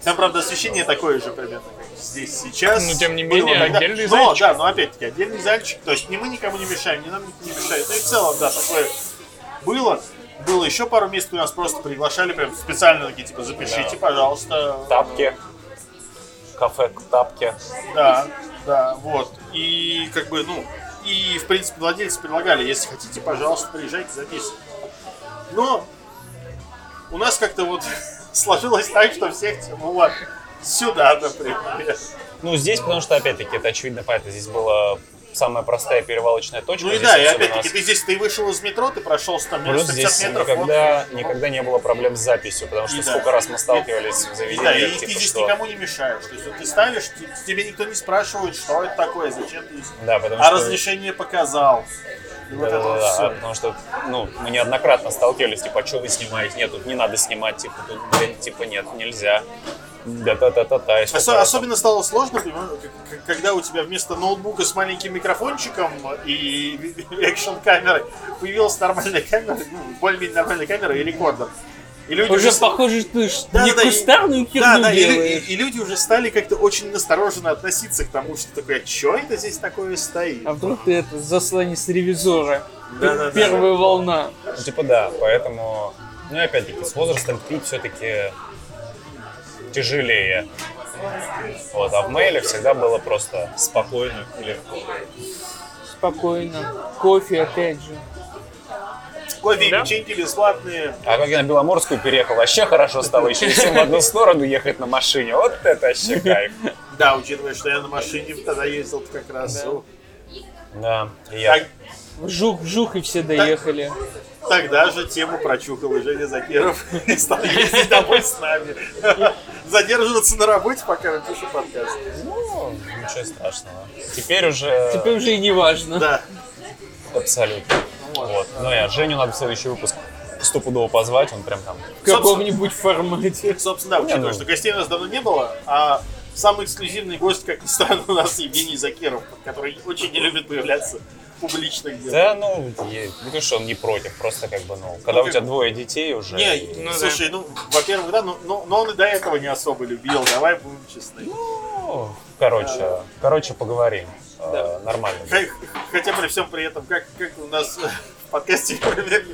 S2: Там, правда, освещение такое же примерно, как здесь сейчас.
S3: Но, Ну, тем не
S2: Было
S3: менее,
S2: тогда.
S3: отдельный
S2: но,
S3: зальчик.
S2: да, но опять-таки, отдельный зальчик. То есть, ни мы никому не мешаем, ни нам никто не мешает. Ну и в целом, да, такое было. Было еще пару мест, куда нас просто приглашали, прям специально такие, типа, запишите, пожалуйста.
S4: Тапки. Кафе тапки.
S2: Да, да, вот. И как бы, ну, и, в принципе, владельцы предлагали, если хотите, пожалуйста, приезжайте, записывайте. Но у нас как-то вот сложилось так, что всех тянуло сюда, например.
S4: Ну, здесь, потому что, опять-таки, это очевидно, понятно, здесь была самая простая перевалочная точка.
S2: Ну и
S4: Здесь
S2: да, и
S4: особенно
S2: опять-таки, ты здесь, ты вышел из метро, ты прошел там
S4: Плюс
S2: метров 50
S4: здесь
S2: метров.
S4: никогда,
S2: вот.
S4: никогда не было проблем с записью, потому что
S2: И да.
S4: сколько раз мы сталкивались в
S2: И
S4: заведениях,
S2: Да, и ты
S4: типа,
S2: здесь
S4: что-
S2: никому не мешаешь. То есть вот ты ставишь, т- тебе никто не спрашивает, что это такое, зачем ты здесь.
S4: Да, потому
S2: А
S4: что-
S2: разрешение показал. И вот это вот
S4: Да-да-да,
S2: всё.
S4: потому что ну, мы неоднократно сталкивались, типа, а что вы снимаете? Нет, тут не надо снимать, типа, тут, блин, типа, нет, нельзя. Да-та-та-та-та. и сколько
S2: Осо-
S4: раз там-
S2: особенно стало сложно, понимаешь, к- к- когда у тебя вместо ноутбука с маленьким микрофончиком и экшн-камерой появилась нормальная камера, ну, более-менее нормальная камера и рекордер. И люди
S5: Уже
S2: с-
S5: похоже, что ты ж
S2: Да,
S5: не
S2: да, и-
S5: кустарную херню
S2: да, да, и, лю-
S5: делаешь.
S2: и- и люди уже стали как-то очень настороженно относиться к тому, что такое, а чё это здесь такое стоит?
S5: А вдруг ты это засланец ревизора?
S2: Да, да, да.
S5: Первая волна.
S4: Ну, типа, да, поэтому... Ну, и опять-таки, с возрастом пить все-таки тяжелее. Вот, а в мейле всегда было просто спокойно и легко.
S5: Спокойно. Кофе, опять же.
S2: Кофе и
S3: Да.
S2: печеньки бесплатные.
S4: А как я на Беломорскую переехал, вообще хорошо стало. Еще всем в одну сторону ехать на машине. Вот это вообще кайф.
S2: Да, учитывая, что я на машине тогда ездил как раз. ну,
S4: Да, и я
S2: так-
S5: Вжух, вжух, и все доехали.
S2: Тогда же тему прочухал и Женя Закиров и стал ездить домой с нами. Задерживаться на работе, пока мы пишем подкаст.
S4: Ну, ничего страшного. Теперь уже
S5: Теперь уже и не важно.
S2: Да.
S4: абсолютно. Вот. Ну я Женю надо в следующий выпуск стопудово позвать, он прям там.
S5: В каком-нибудь формате.
S2: Собственно, да,
S4: Не,
S2: учитывая,
S4: ну.
S2: что гостей у нас давно не было, а самый эксклюзивный гость, как ни странно, у нас Евгений Закиров, который очень не любит появляться публично где-то.
S4: Да, ну, е- ну ты что, он не против, просто как бы, ну, когда
S2: Ну,
S4: у тебя двое детей уже.
S2: Не,
S3: Ну да.
S2: слушай, ну, во-первых, да, но, но- но он и до этого не особо любил, давай будем честны.
S4: ну, короче, короче, поговорим. Э, Нормально.
S2: Хай- Хотя при всем при этом, как, как у нас э, в подкасте, например,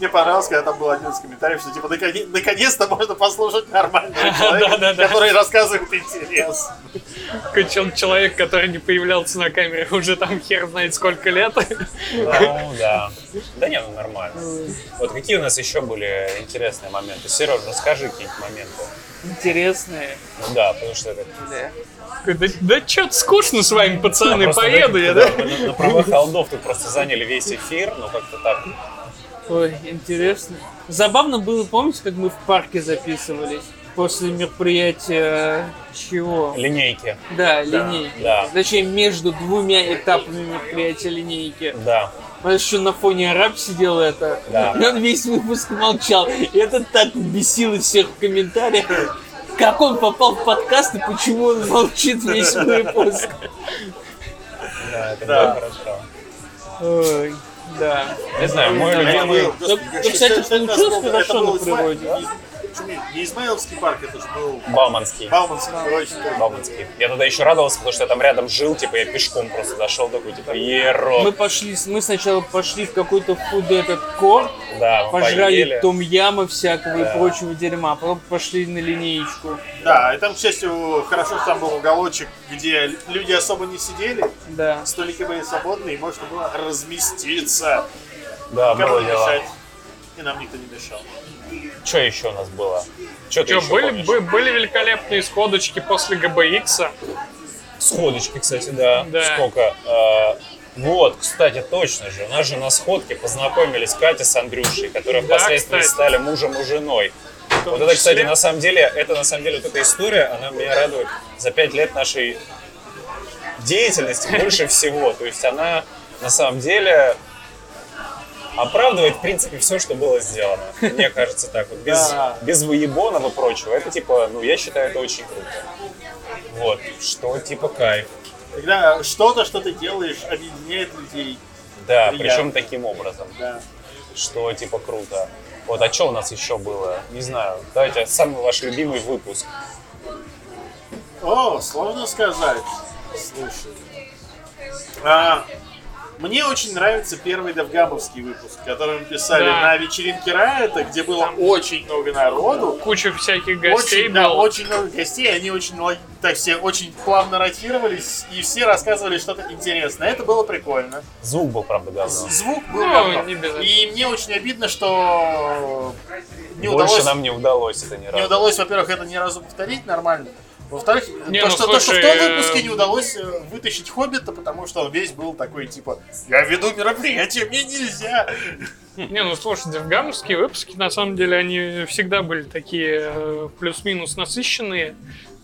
S2: мне понравилось, когда там был один из комментариев, что типа «Наконе- наконец-то можно послушать нормального человека,
S3: Да-да-да.
S2: который рассказывает интерес.
S3: Такой чел- Человек, который не появлялся на камере уже там хер знает сколько лет.
S4: Ну, да. Да не, ну нормально. Вот какие у нас еще были интересные моменты? Сереж, расскажи какие-нибудь моменты.
S5: Интересные.
S4: Ну да, потому что это...
S5: Да.
S3: Такой, Да, что-то скучно с вами, пацаны,
S4: Просто
S3: Ну поеду я,
S4: да,
S3: да?
S4: мы На, на правах холдов тут просто заняли весь эфир, ну как-то так.
S5: Ой, интересно. Забавно было, помните, как мы в парке записывались? После мероприятия э, чего?
S4: Линейки.
S5: Да, линейки.
S4: да.
S5: Зачем между двумя этапами мероприятия линейки?
S4: Да.
S5: У нас еще на фоне араб сидел это.
S4: Да.
S5: И он весь выпуск молчал. И это так бесило всех в комментариях. Как он попал в подкаст и почему он молчит весь выпуск?
S4: Да, это было хорошо.
S5: Ой, да.
S4: Не знаю, мой
S5: Это
S4: любимый...
S5: было- Ну, ну, кстати, получилось хорошо на природе.
S2: Не Измайловский парк, это же был
S4: Бауманский.
S2: Бауманский точно.
S4: Бауманский. Я тогда еще радовался, потому что я там рядом жил, типа я пешком просто зашел такой, типа,
S5: Мы
S4: ерок.
S5: пошли, мы сначала пошли в какой-то фуд этот кор,
S4: Да, мы
S5: пожрали
S4: поели.
S5: том яма всякого
S4: Да.
S5: и прочего дерьма, а потом пошли на линеечку.
S2: Да, и там, к счастью, хорошо, что там был уголочек, где люди особо не сидели,
S5: Да.
S2: столики были свободны, и можно было разместиться.
S4: Да,
S2: Никому
S4: было
S2: не
S4: дело.
S2: мешать. И нам никто не мешал.
S4: Что еще у нас было? Что ты
S3: Чё,
S4: еще
S3: были,
S4: помнишь?
S3: бы- были великолепные сходочки после ГБХа.
S4: Сходочки, кстати, да.
S3: Да.
S4: Сколько? э, вот, кстати, точно же. У нас же на сходке познакомились Катя с Андрюшей, которые
S3: Да,
S4: впоследствии
S3: кстати.
S4: стали мужем и женой. Вот это,
S3: числе.
S4: кстати, на самом деле, это на самом деле вот эта история, она меня радует за пять лет нашей деятельности больше всего. То есть она на самом деле оправдывает, в принципе, все, что было сделано. Мне кажется, так вот. Без,
S2: Да.
S4: без выебонов и прочего. Это типа, ну, я считаю, это очень круто. Вот, что типа кайф.
S2: Когда что-то, что ты делаешь, объединяет людей.
S4: Да,
S2: Приятно.
S4: причем таким образом,
S2: Да.
S4: что типа круто. Вот, а что у нас еще было? Не знаю. Давайте самый ваш любимый выпуск.
S2: О, сложно сказать. Слушай. А, мне очень нравится первый Довгамовский выпуск, который мы писали
S3: Да.
S2: на вечеринке Райта, где было очень много народу.
S3: Куча всяких гостей
S2: очень, да,
S3: было.
S2: очень много гостей, они очень ло- так все очень плавно ротировались, и все рассказывали что-то интересное. Это было прикольно.
S4: Звук был, правда, говно.
S2: Звук был
S3: Ну,
S2: говно.
S3: не без этого.
S2: И мне очень обидно, что не
S4: Больше
S2: удалось,
S4: нам не удалось это ни
S2: не
S4: разу.
S2: удалось, во-первых, это ни разу повторить нормально. Во-вторых,
S3: Не,
S2: то,
S3: ну,
S2: что, то, что в
S3: слушай,
S2: том
S3: э,
S2: выпуске не удалось э, вытащить Хоббита, потому что он весь был такой, типа, я веду мероприятие, мне нельзя.
S3: Не, ну слушай, девгамовские выпуски, на самом деле, они всегда были такие э, плюс-минус насыщенные.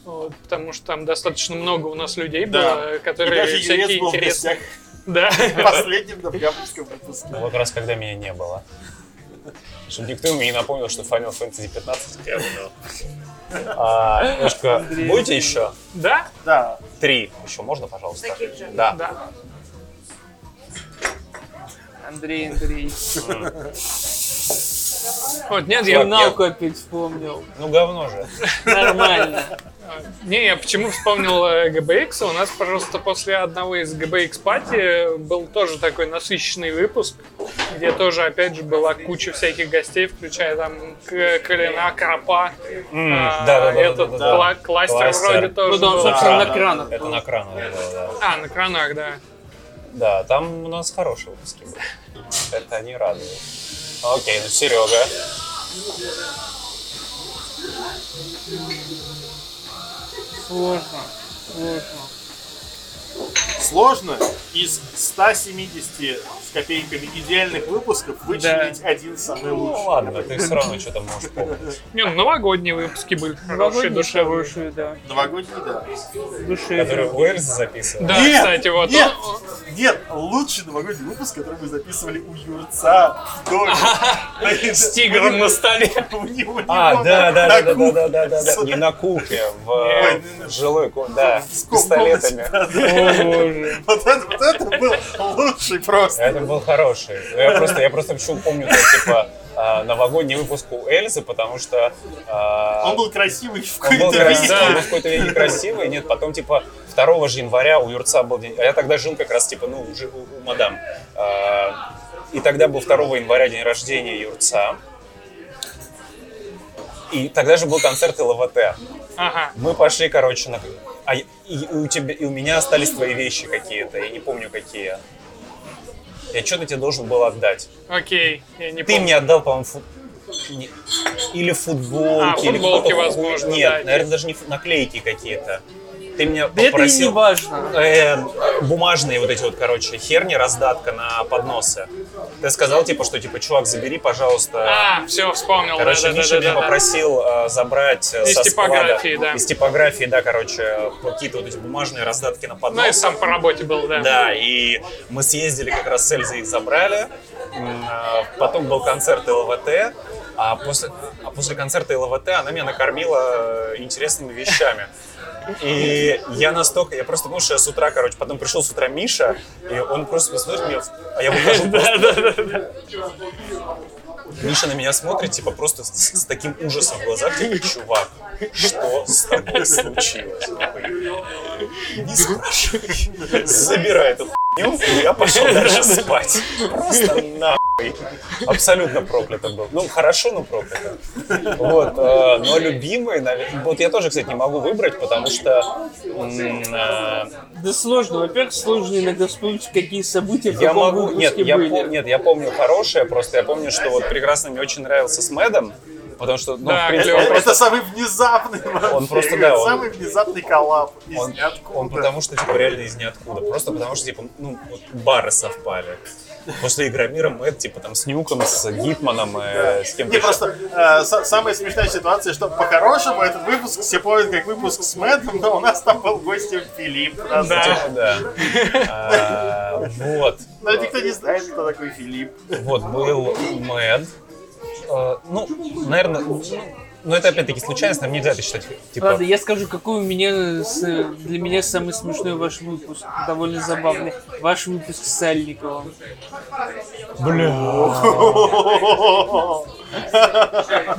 S3: Вот, потому что там достаточно много у нас людей
S2: Да.
S3: было,
S2: И
S3: которые
S2: даже
S3: всякие
S2: Юрец был в
S3: интересные.
S2: гостях
S3: Да.
S2: в последнем Довгамовском выпуске.
S4: Вот раз, когда меня не было. Чтобы никто мне не напомнил, что Final Fantasy 15 говно. А, Лешка, будете еще?
S3: Да?
S2: Да,
S4: Три. Еще можно, пожалуйста? Да.
S3: Да.
S5: Андрей, Андрей.
S3: Вот, нет, я...
S5: Коммуналку опять вспомнил.
S4: Ну, говно же.
S5: Нормально.
S3: Не, я почему вспомнил э, GBX? У нас просто после одного из GBX пати был тоже такой насыщенный выпуск, где тоже, опять же, была куча всяких гостей, включая там К- Калина, Крапа.
S4: М,
S3: А,
S4: да-да-да-да-да-да.
S3: Этот кла- кластер
S4: Кластер.
S3: вроде тоже
S5: Ну да, он,
S3: был.
S5: собственно,
S4: Да,
S5: на
S4: да.
S5: кранах.
S4: Это
S5: был.
S4: на кранах было, да.
S3: А, на кранах, да.
S4: Да, там у нас хорошие выпуски были. Это они радуют. Окей, ну Серега.
S5: Сложно. Сложно.
S2: Сложно из 170 с копейками идеальных выпусков вычленить один самый
S4: Ну
S2: лучший.
S4: ладно, ты все равно что-то можешь помнить.
S3: Не, ну, новогодние выпуски были хорошие,
S5: Новогодние
S3: душевые.
S5: хорошие, да.
S2: Новогодний, да.
S4: Который
S5: Душевые.
S4: в Уэльс записывал.
S3: Да,
S2: Нет,
S3: кстати, вот.
S2: нет,
S3: он- он-
S2: нет, лучший новогодний выпуск, который мы записывали у Юрца в доме.
S3: С тигром на столе.
S2: У него- у
S4: А,
S2: него на-
S4: да, да,
S2: на
S4: да, да,
S2: кухне.
S4: да, да, да, да. Не на кухне, в в жилой комнате, да, с
S2: ком-
S4: пистолетами.
S5: О, боже.
S2: Вот это, вот это был лучший просто.
S4: Это был хороший. Я просто, я просто почему помню, как, типа, а, новогодний выпуск у Эльзы, потому что... а,
S2: Он был красивый в
S4: Он был,
S2: какой-то
S4: красивый,
S2: мере.
S4: он был в какой-то мере некрасивый, нет, потом, типа, 2 же января у Юрца был день, а я тогда жил как раз, типа, ну, уже у, у мадам. А, и тогда был 2 января день рождения Юрца. И тогда же был концерт ЛВТ.
S3: Ага.
S4: Мы пошли, короче, на... А я- и у тебя, и у меня остались твои вещи какие-то, я не помню какие. Я что-то тебе должен был отдать.
S3: Окей, я не
S4: Ты
S3: помню.
S4: мне отдал, по-моему, фу- не- или футболки.
S3: А, футболки,
S4: или какую-то хуй-
S3: возможно,
S4: Нет,
S3: да,
S4: наверное, даже не фу- наклейки какие-то. Ты меня
S5: Да это и не
S4: попросил...
S5: важно.
S4: э, бумажные вот эти вот, короче, херни, раздатка на подносы. Ты сказал, типа, что, типа, чувак, забери, пожалуйста.
S3: А, все, вспомнил.
S4: короче,
S3: да, да,
S4: Миша
S3: да,
S4: меня
S3: да, да.
S4: попросил э, забрать э,
S3: Из
S4: со
S3: типографии,
S4: склада-
S3: да.
S4: Из типографии, да, короче, какие-то вот эти бумажные раздатки на подносы.
S3: Ну и сам по работе был, да.
S4: Да, и мы съездили как раз с Эльзой их забрали. М, а, Потом был концерт ЛВТ. А после, а после концерта ЛВТ она меня накормила э, интересными вещами. И я настолько, я просто помню, что я с утра, короче, потом пришел с утра Миша, и он просто посмотрит мне, в- а я выхожу просто- Миша на меня смотрит, типа, просто с, с таким ужасом в глазах, типа, чувак, что с тобой случилось? Не спрашивай. Забирай эту хуйню, и я пошел дальше спать. Просто нахуй. Абсолютно проклято был. Ну, хорошо, но проклято. Вот, э, но любимый, наверное, вот я тоже, кстати, не могу выбрать, потому что м, э,
S5: Да сложно. Во-первых, сложно иногда вспомнить, какие события в
S4: я
S5: каком
S4: могу, нет,
S5: выпуске
S4: я
S5: были.
S4: пом- нет, я помню хорошее, просто я помню, что вот прекрасно мне очень нравился с Мэдом, потому что, ну,
S3: Да,
S4: в принципе,
S3: клево.
S4: он
S2: Это,
S4: просто,
S2: это самый внезапный вообще.
S4: Он просто,
S2: Это
S4: да, он-
S2: самый внезапный коллап из
S4: он,
S2: ниоткуда.
S4: он потому что, типа, реально из ниоткуда, просто потому что, типа, ну, вот бары совпали. После Игромира Мэд, типа, там, с Нюком, с Гитманом, э, с кем-то
S2: Не,
S4: еще.
S2: просто э, са- самая смешная ситуация, что по-хорошему этот выпуск все помнят как выпуск с Мэттом, но у нас там был гостем Филипп. нас
S4: Типа, да. А, Вот.
S2: Но никто не знает, кто такой Филипп.
S4: Вот, был Мэд. Э, Ну, наверное, ну, ну, это опять-таки случайность, нам нельзя это считать, типа,
S5: Ладно, я скажу, какой у меня с- для меня самый смешной ваш выпуск. Довольно забавный. Ваш выпуск с Сальниковым.
S2: Это,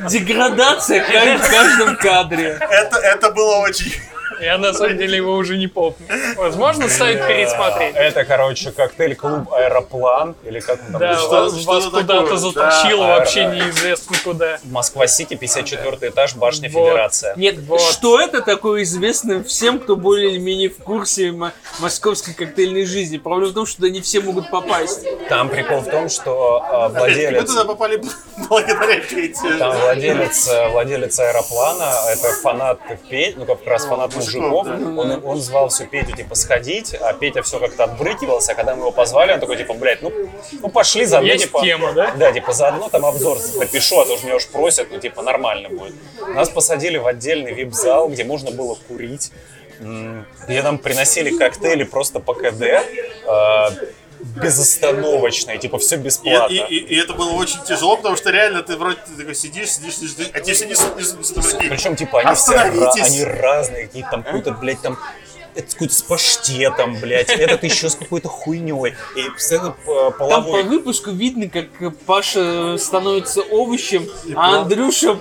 S5: Деградация как в каждом кадре.
S2: это было очень...
S3: Я на самом деле его уже не помню. Возможно, стоит пересмотреть.
S4: Это, короче, коктейль-клуб «Аэроплан» или как он там
S3: Да,
S4: называется?
S2: Ну что- что-то
S3: вас, вас
S2: такое,
S3: куда-то
S2: да.
S3: затащило вообще неизвестно куда.
S4: Москва-Сити, 54 этаж, башня
S3: Вот.
S4: Федерация.
S5: Нет,
S3: Вот.
S5: что это такое известно всем, кто более или менее в курсе мо- московской коктейльной жизни? Проблема в том, что не все могут попасть.
S4: Там прикол в том, что а,
S2: Мы
S4: владелец...
S2: туда попали бл- благодаря Пете.
S4: Там владелец, э, владелец аэроплана, это фанат Петь, ну как раз фанат мужиков, он, он звал всю Петю, типа, сходить, а Петя все как-то отбрыкивался, а когда мы его позвали, он такой, типа, блядь, ну, ну пошли заодно,
S3: Есть
S4: типа...
S3: тема, да?
S4: Да, типа, заодно там обзор напишу, а то ж меня уж просят, ну, типа, нормально будет. Нас посадили в отдельный вип-зал, где можно было курить, м, где нам приносили коктейли просто по КД, э, безостановочные, типа, все
S2: И,
S4: бесплатно.
S2: и- и- и это было очень тяжело, потому что реально ты вроде ты такой сидишь, сидишь, сидишь, сидишь, а тебе все несут, несут, несут. несут.
S4: Причем, типа, они все ра-
S2: Остановитесь.
S4: они разные, какие-то там какой-то, блядь, там это какой-то с паштетом, блядь, этот еще с какой-то хуйней. И постоянно э,
S5: Там по
S4: половой.
S5: выпуску видно, как э, Паша становится овощем, а Андрюша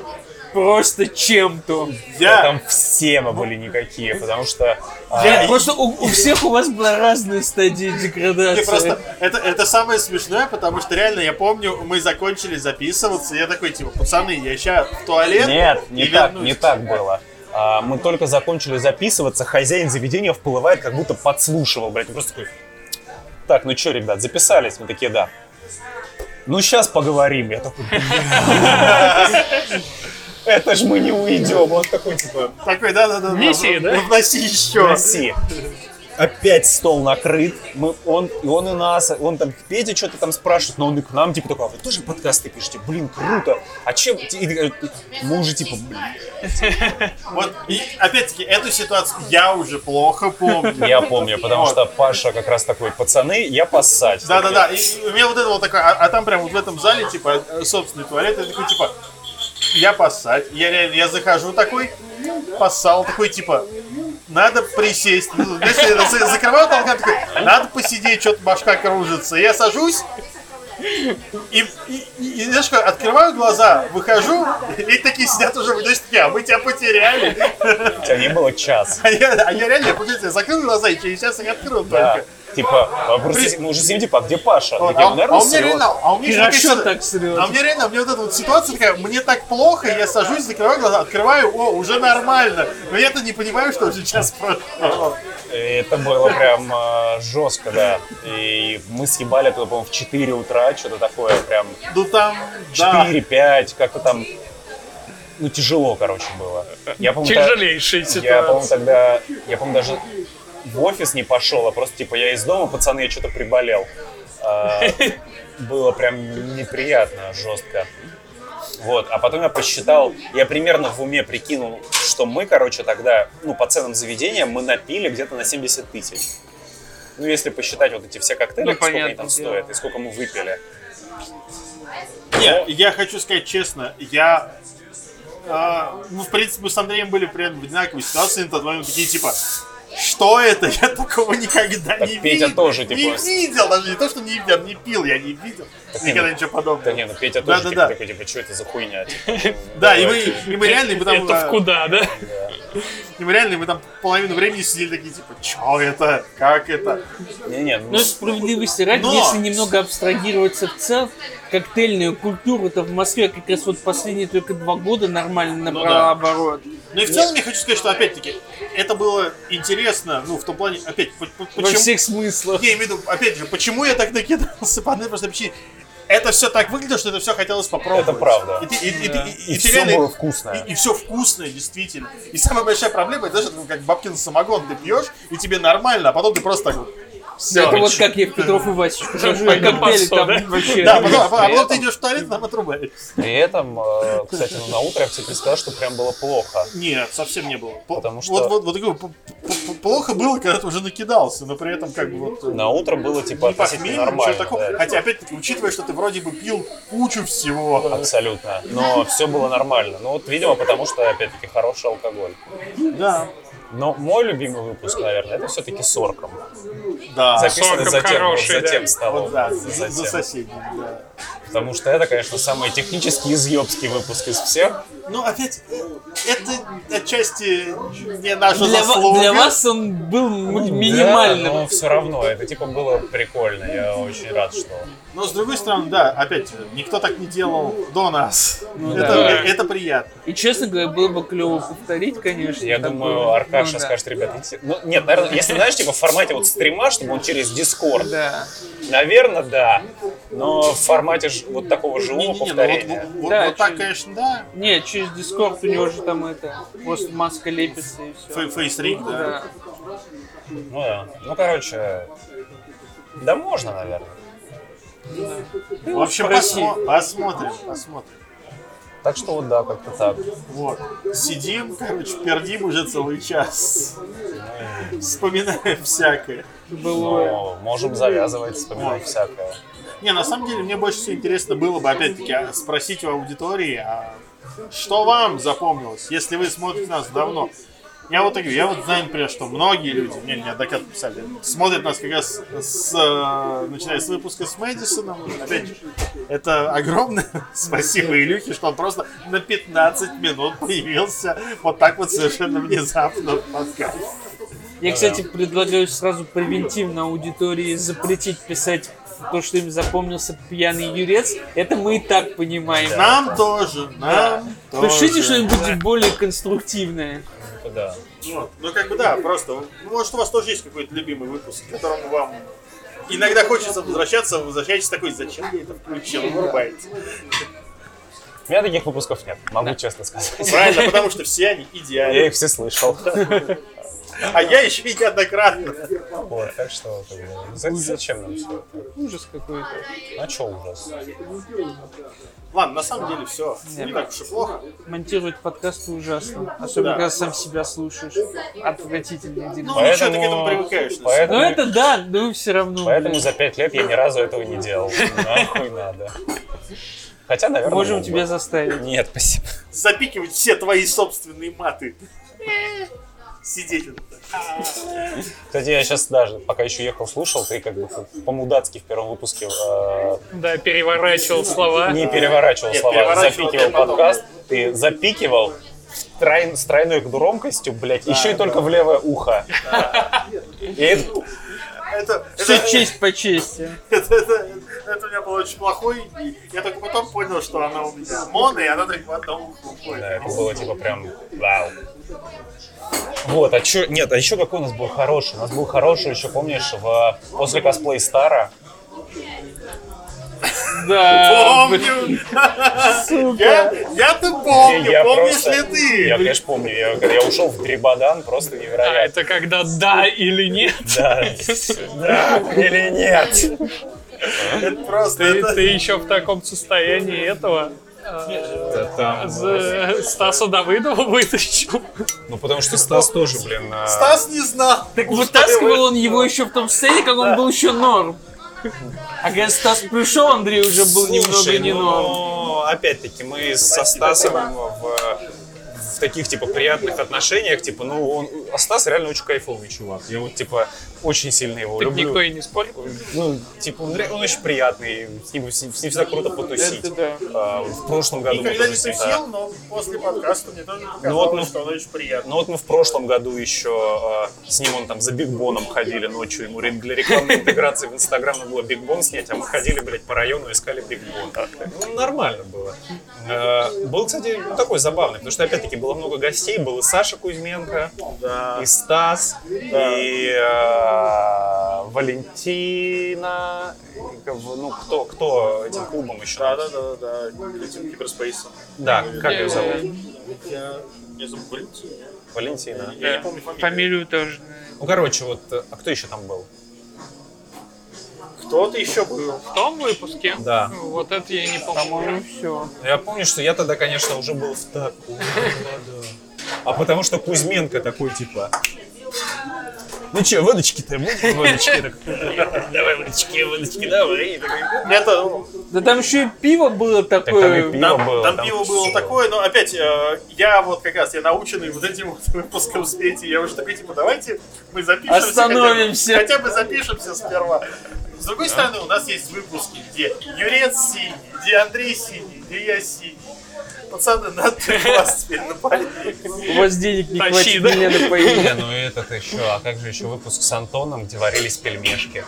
S5: просто чем-то.
S2: Я,
S4: Там все мы были никакие, потому что... а,
S5: Блин, Просто у, у всех у вас была разная стадия деградации.
S2: Мне просто это, это самое смешное, потому что реально я помню, мы закончили записываться. Я такой, типа, пацаны, я сейчас в туалет.
S4: Нет, не
S2: и
S4: так,
S2: вернусь».
S4: не так было. А, мы только закончили записываться, хозяин заведения вплывает, как будто подслушивал, блядь, Он просто такой... Так, ну что, ребят, записались? Мы такие, да. Ну, сейчас поговорим. Я такой, «Блядь, это ж мы не уйдем. Он такой, типа,
S2: Такой, да, да, да. Ну,
S3: Неси, да?
S2: Вноси еще.
S4: Проси. Опять стол накрыт. Мы, он, и он и нас, он там Петя что-то там спрашивает, но он и к нам, типа, такой, а вы тоже подкасты пишете? Блин, круто. А чем? И говорит, Мы уже, типа, блин,
S2: Вот, и опять-таки, эту ситуацию я уже плохо помню.
S4: я помню, потому что Паша как раз такой, пацаны, я поссать.
S2: Да, да, да. И и у меня вот это вот такое, а, а там прям вот в этом зале, типа, э, собственный туалет, я такой, типа, я поссать. Я реально, я захожу такой, поссал, такой, типа, надо присесть. Ну, знаешь, я за- закрываю толкан, такой, надо посидеть, что-то башка кружится. Я сажусь, и, и- и- и знаешь, как, открываю глаза, выхожу, и такие сидят уже, вы такие, а мы тебя потеряли.
S4: У тебя не было час.
S2: А я, а я реально, я, получается, я закрыл глаза, и через час их открыл
S4: Да.
S2: только.
S4: Типа, а, просто
S2: Блин.
S4: мы уже сидим, типа, а где Паша?
S2: Вот,
S4: Такие,
S2: а,
S4: «Ну, наверное,
S2: а у меня
S4: срет».
S2: реально, а у меня
S5: Хорошо
S2: ещё какая-то-
S5: так срет.
S2: А у меня реально, у меня вот эта вот ситуация такая, мне так плохо, я сажусь, закрываю глаза, открываю, о, уже нормально. Но я-то не понимаю, что уже час прошло.
S4: И Это было прям э, жестко, да. И мы съебали туда, по-моему, в 4 утра, что-то такое прям.
S2: Ну там, да.
S4: 4-5, как-то там. Ну, тяжело, короче, было. Я, помню, та-
S3: Тяжелейшая
S4: Я, по-моему,
S3: ситуация.
S4: тогда, я, по-моему, даже в офис не пошел, а просто, типа, я из дома, пацаны, я что-то приболел. А, Было прям неприятно, жестко. Вот, а потом я посчитал, я примерно в уме прикинул, что мы, короче, тогда, ну, по ценам заведения, мы напили где-то на 70 тысяч. Ну, если посчитать вот эти все коктейли,
S5: Ну,
S4: сколько они
S5: понятное
S4: там
S5: дело.
S4: стоят и сколько мы выпили. Ну,
S2: Не, я хочу сказать честно, я... а, ну, в принципе, мы с Андреем были прям в одинаковой ситуации, на тот момент такие, типа, что это? Я такого никогда
S4: Так
S2: не
S4: Петя
S2: видел.
S4: тоже,
S2: Не
S4: типа,
S2: видел, даже не то, что не видел, не пил, я не видел. Никогда ничего подобного.
S4: Да не, ну Петя
S2: Да,
S4: тоже
S2: да,
S4: типа,
S2: да.
S4: такой, типа, что это за хуйня?
S2: Да, и мы, и мы реально, и мы там...
S3: Это
S2: а,
S3: в куда, да?
S2: И мы реально, мы там половину времени сидели такие, типа, чё это, как это?
S4: Не-не, ну,
S5: Но справедливости ради,
S2: Но!
S5: если немного абстрагироваться в целом, коктейльную культуру-то в Москве как раз вот последние только два года нормально набрала оборот.
S2: Ну и в целом я хочу сказать, что, опять-таки, это было интересно, ну, в том плане, опять, по- по-
S4: Ну,
S5: Во
S2: почему...
S5: всех смыслах.
S2: Я имею в виду, опять же, почему я так накидался по одной простой причине. Это все так выглядело, что это все хотелось попробовать.
S4: Это правда.
S2: И, ты- и- и- и- и
S4: И
S2: ты
S4: всё
S2: реально-
S4: было вкусное.
S2: И, все вкусное, действительно. И самая большая проблема, это даже ну, как бабкин самогон, ты пьешь, и тебе нормально, а потом ты просто так вот... всё.
S5: Это вот как я в Петров и Васечку хожу, я
S3: Пойду
S5: коктейли
S3: массу,
S5: там
S3: да?
S5: вообще...
S2: Да, потом, а потом- а потом ты идешь в туалет, и там отрубаешься.
S4: При этом, э, кстати, ну, на утро я все-таки сказал, что прям было плохо.
S2: Нет, совсем не было. По-
S4: Потому что-
S2: Вот, вот, вот, я говорю, п- п- п- плохо было, когда ты уже накидался, но при этом как бы вот... э,
S4: На утро было типа
S2: не похмелье,
S4: относительно
S2: ничего
S4: нормально.
S2: такого.
S4: да.
S2: Хотя, опять-таки, учитывая, что ты вроде бы пил кучу всего.
S4: Абсолютно. Но все было нормально. Ну вот, видимо, потому что, опять-таки, хороший алкоголь.
S2: Да.
S4: Но мой любимый выпуск, наверное, это все-таки с орком.
S2: Да.
S4: Записанный
S2: А,
S3: «Сорком»
S4: за тем,
S3: хороший,
S4: за
S3: да.
S4: тем столом.
S2: Вот, да,
S4: За
S2: за, за
S4: тем.
S2: соседним, да.
S4: Потому что это, конечно, самый технически изъебский выпуск из всех.
S2: Ну, опять, э, это отчасти не наша
S5: Для, ва-
S2: заслуга.
S5: для вас он был м- минимальным.
S4: Ну, Да, но все равно, это типа было прикольно. Я очень рад, что...
S2: Но с другой стороны, да, опять, никто так не делал до нас. это,
S4: Ну да.
S2: э, это приятно.
S5: И, честно говоря, было бы клево повторить, конечно.
S4: Я
S5: такое.
S4: думаю, Аркаша
S5: Ну да.
S4: скажет, ребята, идите». ну, нет, наверное, если, знаешь, типа в формате вот стрима, чтобы он через Дискорд,
S5: Да.
S4: наверное, да, но в формате ж- вот такого живого
S2: Не-не-не, ну вот-
S4: повторения.
S2: вот, вот-
S5: Да,
S2: вот так,
S5: чё-
S2: конечно, да.
S5: Не, через Дискорд у него же там это, просто маска лепится и все.
S2: Фей- Фейс-ринг, да.
S5: Да.
S4: Ну да. Ну, короче, да можно, наверное. Ну
S2: В общем,
S5: Спроси.
S2: посмо- посмотрим, посмотрим.
S4: Так что вот да, как-то так.
S2: Вот. Сидим, короче, пердим уже целый час. Вспоминаем всякое.
S5: Было.
S4: Но Ну, можем завязывать, вспоминать всякое.
S2: Не, на самом деле, мне больше всего интересно было бы, опять-таки, а, спросить у аудитории, а что вам запомнилось, если вы смотрите нас давно? Я вот так говорю, я вот знаю, например, что многие люди, мне неоднократно писали, смотрят нас как раз с, э, начиная с выпуска с Мэдисоном. Опять же, это огромное спасибо Илюхе, что он просто на 15 минут появился вот так вот совершенно внезапно в подкасте.
S5: Я, кстати, предлагаю сразу превентивно аудитории запретить писать то, что им запомнился пьяный юрец. Это мы и так понимаем.
S2: Нам тоже, нам тоже.
S5: Пишите что-нибудь более конструктивное.
S4: Ну Да.
S2: Вот. Ну, как бы да, просто. ну, Может, у вас тоже есть какой-то любимый выпуск, к которому вам иногда хочется возвращаться, а вы возвращаетесь такой, зачем я это включил, вырубаете.
S4: У меня таких выпусков нет, могу честно сказать.
S2: Правильно, потому что все они
S4: Я
S2: идеальны.
S4: их все слышал.
S2: А я еще и неоднократно.
S4: Вот, так что, как бы, ну, за- зачем нам все это?
S5: Ужас какой-то.
S4: А чё ужас?
S2: Ладно, на самом деле все. Не так уж и плохо.
S5: Монтировать подкасты ужасно. Особенно,
S2: Да.
S5: когда сам себя слушаешь. Отвратительный день.
S2: Ну, ничего, ты к этому привыкаешь, на самом
S5: Ну
S4: Поэтому,
S5: это да, ну все равно.
S4: поэтому
S5: блин.
S4: за пять лет я ни разу этого не делал. Нахуй надо. Хотя, наверное,
S5: Можем
S4: мог бы.
S5: тебя заставить.
S4: Нет, спасибо.
S2: Запикивать все твои собственные маты. Сидеть вот так.
S4: Кстати, я сейчас даже, пока еще ехал, слушал, ты как бы по-мудацки в первом выпуске э,
S3: Да, переворачивал слова.
S4: не переворачивал
S2: Нет,
S4: слова,
S2: переворачивал
S4: запикивал
S2: я потом.
S4: подкаст, ты запикивал в трой- с тройной громкостью, блядь, еще и только в левое ухо. И это-
S2: Это,
S5: Все
S2: это-
S5: честь по чести.
S2: это, это- это у меня было очень плохой. и Я только потом понял, что она у меня моно, и она только в одном уху ходит.
S4: да, это было типа прям вау. Вот, а чё, нет, а еще какой у нас был хороший? У нас был хороший еще, помнишь, в, после косплей Стара.
S5: Да.
S2: Помню! Я- Я-то помню,
S4: где я
S2: помнишь
S4: просто-
S2: ли
S4: Я,
S2: ты?
S4: конечно, помню, я, когда я ушел в Дребадан, просто
S3: А
S4: невероятно.
S3: это когда да или нет?
S4: Да, да или нет?
S2: Это Просто
S3: Ты,
S2: это-
S3: ты еще в таком состоянии этого э, за- Стаса Давыдова вытащил.
S4: Ну, потому что Стас тоже, блин... а,
S2: Стас не знал.
S5: Так вытаскивал он его еще в том состоянии, как он был еще норм. А когда Стас пришел, Андрей уже был
S4: Слушай,
S5: немного не норм.
S4: ну, опять-таки, мы со Стасом в, в таких, типа, приятных отношениях, типа, ну, он... а Стас реально очень кайфовый чувак. Я вот, типа, очень сильно его
S3: Так
S4: люблю.
S3: никто и не спорил.
S4: Ну, типа, он, ре- он очень приятный, с ним, с ним- с ним всегда круто потусить. А, в прошлом году... мы
S2: Никогда не
S4: тоже с ним- да. Ну
S2: тусил, но после подкаста мне тоже
S4: вот мы-
S2: показалось, что он очень приятный.
S4: Ну вот мы в прошлом году еще э, с ним он там за Бигбоном ходили ночью, ему ре- для рекламной интеграции в Инстаграм надо было Бигбон снять, а мы ходили, блядь, по району искали Бигбон. Ну, нормально было. Э, был, кстати, ну, такой забавный, потому что, опять-таки, было много гостей, был и Саша Кузьменко, и Стас, и э, Валентина, и как бы, ну, кто, кто этим клубом еще?
S2: Да, да, да, да, да. Этим киберспейсом.
S4: Да, как ее
S3: Э,
S4: зовут?
S2: Я не забыл. Валентин.
S4: Валентина.
S2: Я не помню фамилию.
S5: Фамилию тоже.
S4: Ну, короче, вот, э, а кто еще там был?
S2: Кто-то еще был.
S3: В том выпуске.
S4: Да.
S3: Вот это я не помню.
S5: По-моему, все.
S4: Ну, Я помню, что я тогда, конечно, уже был в таком. да, да. А потому что Кузьменко такой, типа, Ну че, водочки-то будем? Водочки. Так, Давай, водочки, водочки, давай. И такой,
S2: Это
S5: Да там еще и пиво было
S4: Так там и
S5: такое.
S4: пиво
S2: Там,
S4: было.
S2: там пиво было
S4: всё.
S2: такое, но опять, э, я вот как раз, я наученный вот этим вот выпуском с Петей, я уже такой, типа, давайте мы запишемся.
S5: Остановимся.
S2: Хотя бы, хотя бы запишемся сперва. С другой стороны, у нас есть выпуски, где Юрец синий, где Андрей синий, где я синий. Пацаны, надо вас теперь напалить.
S5: У вас денег не
S2: Тащи,
S5: хватит
S2: да?
S5: меня на поездку.
S4: Не, ну и этот еще, а как же еще выпуск с Антоном, где варились пельмешки?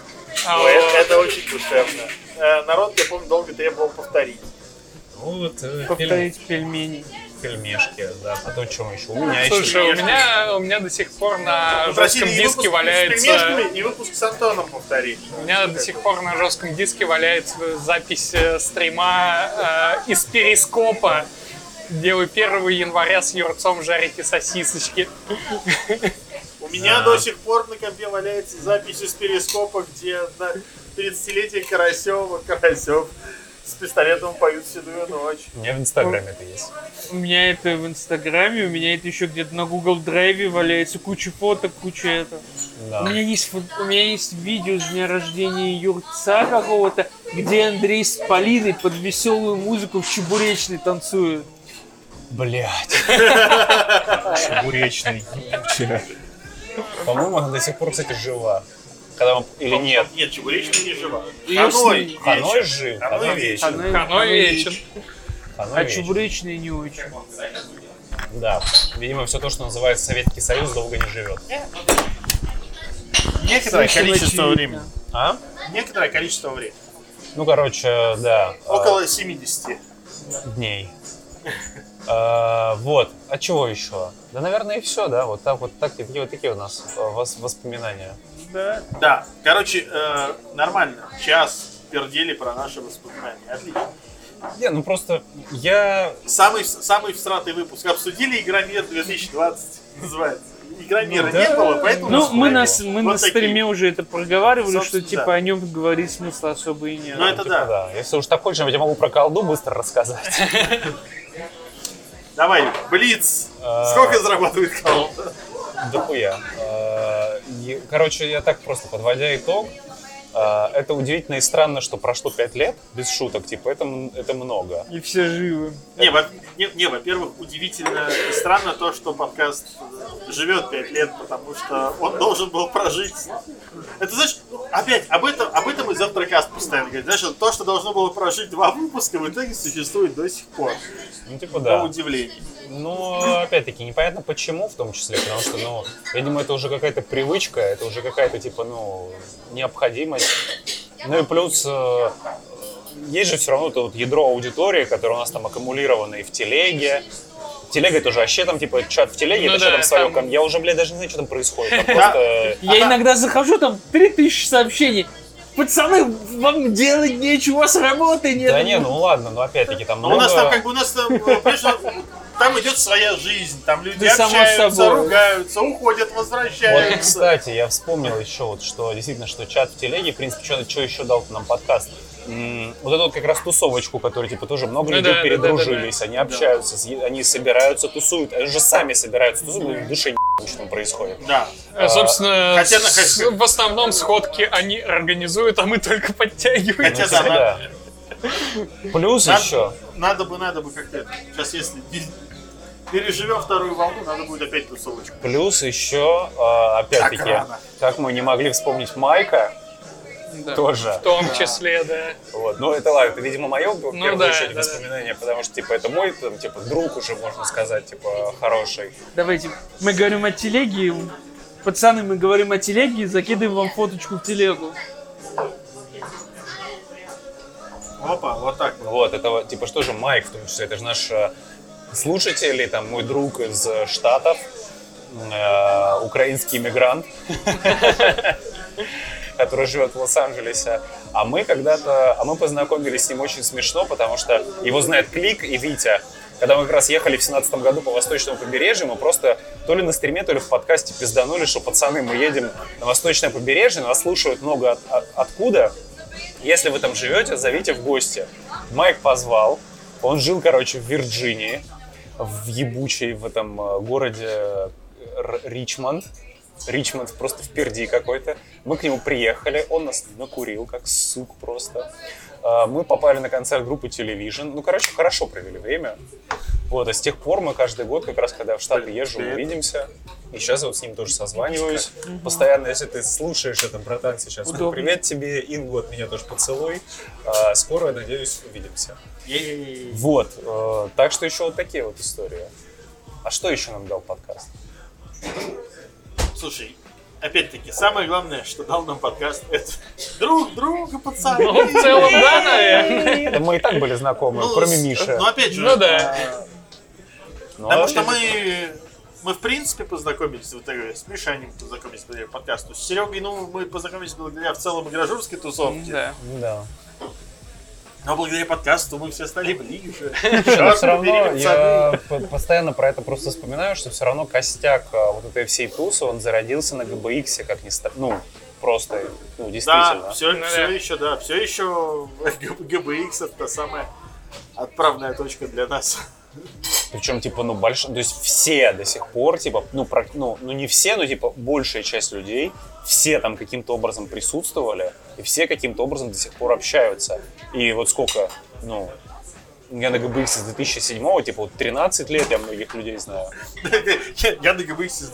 S2: Ой, Это очень душевно. Э, Народ, я помню, долго требовал повторить.
S4: Ну вот, э,
S5: Повторить пельмени.
S4: пель- пельмешки, да. А Потом что еще? У меня еще...
S3: Слушай, у меня, у меня до сих пор на
S2: Попросили
S3: жестком
S2: и
S3: диске
S2: выпуск с
S3: валяется...
S2: пельмешками, и выпуск с Антоном повторить.
S3: У меня до сих пор на жестком диске валяется запись э, стрима э, из перископа, где вы 1 января с Юрцом жарите сосисочки.
S2: У меня до сих пор на компе валяется запись из перископа, где на 30-летие Карасева Карасев с пистолетом поют седую ночь.
S4: У меня в Инстаграме это есть.
S5: У меня это в Инстаграме, у меня это еще где-то на Google Драйве валяется куча фоток, куча этого.
S4: Да.
S5: У меня есть фо- у меня есть видео с дня рождения Юрца какого-то, где Андрей с Полиной под веселую музыку в чебуречной танцуют.
S4: Блять. Чебуречный, ебучая. По-моему, она до сих пор, кстати, жива. Когда мы... Или нет?
S2: Нет, Чебуречная не жива.
S5: Её
S2: Ханой
S5: сни-
S2: вечер.
S4: Ханой жив,
S2: Ханой
S4: Ханой
S2: вечер.
S4: вечен.
S5: Она-
S3: Оно вечен.
S5: А
S4: Ханой вечен.
S5: чебуречные не очень.
S4: Да. Видимо, все то, что называется Советский Союз, долго не живет.
S2: Некоторое
S5: Совершенно
S2: количество
S5: очевидно.
S2: времени.
S4: А?
S2: Некоторое количество времени.
S4: Ну, короче, да. э,
S2: Около 70.
S4: дней. Э, Вот. А чего еще? Да, наверное, и все, да. Вот так вот так, такие вот такие у нас э, вос- воспоминания.
S2: Да, короче, э, нормально. Час пердели про наши воспоминания. Отлично.
S4: Не, ну просто я
S2: Самый, самый всратый выпуск. Обсудили Игромир 2020, называется. Игромира
S4: Ну да.
S2: не было, поэтому...
S5: Ну, мы
S2: вспомнили.
S5: на, с- мы
S2: Вот
S5: на
S2: такие.
S5: стриме уже это проговаривали, что
S2: Собственно,
S5: типа
S2: да.
S5: о нем говорить смысла особо и нет.
S2: Ну, это
S4: типа,
S2: да.
S4: Если уж так хочешь, я могу про колду быстро рассказать.
S2: Давай, Блиц.
S4: А.
S2: Сколько зарабатывает колонна?
S4: Да хуя. Э, и, Короче, я так просто подводя итог. э, Это удивительно и странно, что прошло пять лет, без шуток, типа, это, м- это много.
S5: И все живы.
S2: Не, во- не, не, во-первых, удивительно и странно то, что подкаст э, живет пять лет, потому что он должен был прожить. Это знаешь, ну, опять, об этом, об этом и завтракаст постоянно говорит. Знаешь, то, что должно было прожить два выпуска, в итоге существует до сих пор.
S4: Ну, типа,
S2: По
S4: да.
S2: удивлению.
S4: Но, Ну, опять-таки, непонятно почему, в том числе, потому что, ну, я думаю, это уже какая-то привычка, это уже какая-то, типа, ну, необходимость. Ну и плюс, э, есть же все равно это вот ядро аудитории, которое у нас там аккумулировано и в телеге. Телега это уже вообще там, типа, чат в телеге,
S3: Ну
S4: это
S3: да,
S4: там свое,
S3: там-
S4: ком- я уже, блядь, даже не знаю, что там происходит. Там просто...
S2: А
S5: Я иногда захожу, там 3000 сообщений. Пацаны, вам делать нечего, у вас работы нет.
S4: Да не, ну ладно, но опять-таки там
S2: Но Ну, у нас
S4: много-
S2: там как бы у нас там, э, понимаешь, там идет своя жизнь, там люди
S5: Да, само
S2: общаются,
S5: собой.
S2: ругаются, уходят,
S3: Э,
S4: Вот,
S2: возвращаются.
S4: кстати, я вспомнил еще вот, что действительно, что чат в телеге, в принципе, что, что еще дал нам подкаст. М, Вот эту вот как раз тусовочку, которую, типа, тоже много
S3: Ну
S4: людей
S3: да, да,
S4: передружились, они общаются, съе- они собираются, тусуют, они же сами собираются, тусуют, но в душе не что там происходит.
S2: Да.
S3: Э, Собственно,
S2: А, хотя на-
S3: с-
S2: хотя-
S3: в основном сходки они организуют, а мы только подтягиваем.
S2: Хотя
S4: Ну,
S2: да, надо,
S4: да. Плюс
S2: Надо-
S4: еще,
S2: Надо бы, надо бы как-то. это. Сейчас, если не- переживем вторую волну, надо будет опять тусовочку.
S4: плюс еще, э, опять-таки,
S2: Так рано.
S4: как мы не могли вспомнить Майка, тоже.
S3: В том числе, да.
S4: Вот. Ну, это ладно, это, видимо, мое в первую
S3: ну да, да,
S4: очередь
S3: да.
S4: воспоминание, потому что, типа, это мой, там, типа, друг уже, можно сказать, типа, хороший.
S5: Давайте, мы говорим о телеге. Пацаны, мы говорим о телеге, закидываем вам фоточку в телегу.
S2: Опа, вот так. вот.
S4: Вот, это, вот, типа, что же Майк, в том числе, это же наш э, слушатель, и, там, мой друг из э, Штатов, э, украинский мигрант, который живет в Лос-Анджелесе. А мы когда-то, а мы познакомились с ним очень смешно, потому что его знает Клик и Витя. Когда мы как раз ехали в семнадцатом году по восточному побережью, мы просто то ли на стриме, то ли в подкасте пизданули, что пацаны, мы едем на восточное побережье, нас слушают много от- от- откуда. Если вы там живете, зовите в гости. Майк позвал. Он жил, короче, в Вирджинии, в ебучей в этом э, городе Р- э, Ричмонд. Ричмонд просто впереди какой-то. Мы к нему приехали, он нас накурил, как сук просто. А, Мы попали на концерт группы Television. Ну, короче, хорошо провели время. Вот, а с тех пор мы каждый год, как раз когда я в Штаты езжу, мы увидимся. И сейчас я вот с ним тоже созваниваюсь. Постоянно, если ты слушаешь это, братан, сейчас ну,
S5: Удобно.
S4: привет тебе, Ингу от меня тоже поцелуй. А, Скоро, я надеюсь, увидимся. Вот, э, так что еще вот такие вот истории. А что еще нам дал подкаст?
S2: Слушай, опять-таки, самое главное, что дал нам подкаст, это друг друга, пацаны. Ну,
S3: В целом, да, наверное.
S4: Да мы и так были знакомы, кроме
S2: с-
S4: Миши.
S2: Ну, опять же,
S3: Ну да.
S4: Ну,
S2: Потому
S4: а
S2: что
S4: вообще-
S2: мы, мы в принципе познакомились в итоге с Мишанем, познакомились благодаря подкасту. С Серегой, ну, мы познакомились благодаря в целом игрожурской тусовке.
S3: Да.
S4: Да.
S2: Но благодаря подкасту мы все стали ближе.
S4: Но
S2: Черт
S4: все равно
S2: побери,
S4: я
S2: пацаны.
S4: по- постоянно про это просто вспоминаю, что все равно костяк а, вот этой всей тусы, он зародился на GBX, как ни странно. Ну, просто, ну,
S2: Да,
S4: действительно.
S2: все,
S3: Ну
S2: все
S3: да.
S2: еще, да, все еще ГБХ это та самая отправная точка для нас.
S4: Причем, типа, ну, больш... то есть все до сих пор, типа, ну, прак- ну, ну, не все, но, типа, большая часть людей, все там каким-то образом присутствовали, и все каким-то образом до сих пор общаются. И вот сколько, ну, я на GBX с 2007 типа, вот 13 лет я многих людей знаю.
S2: Я- Я на ГБХ с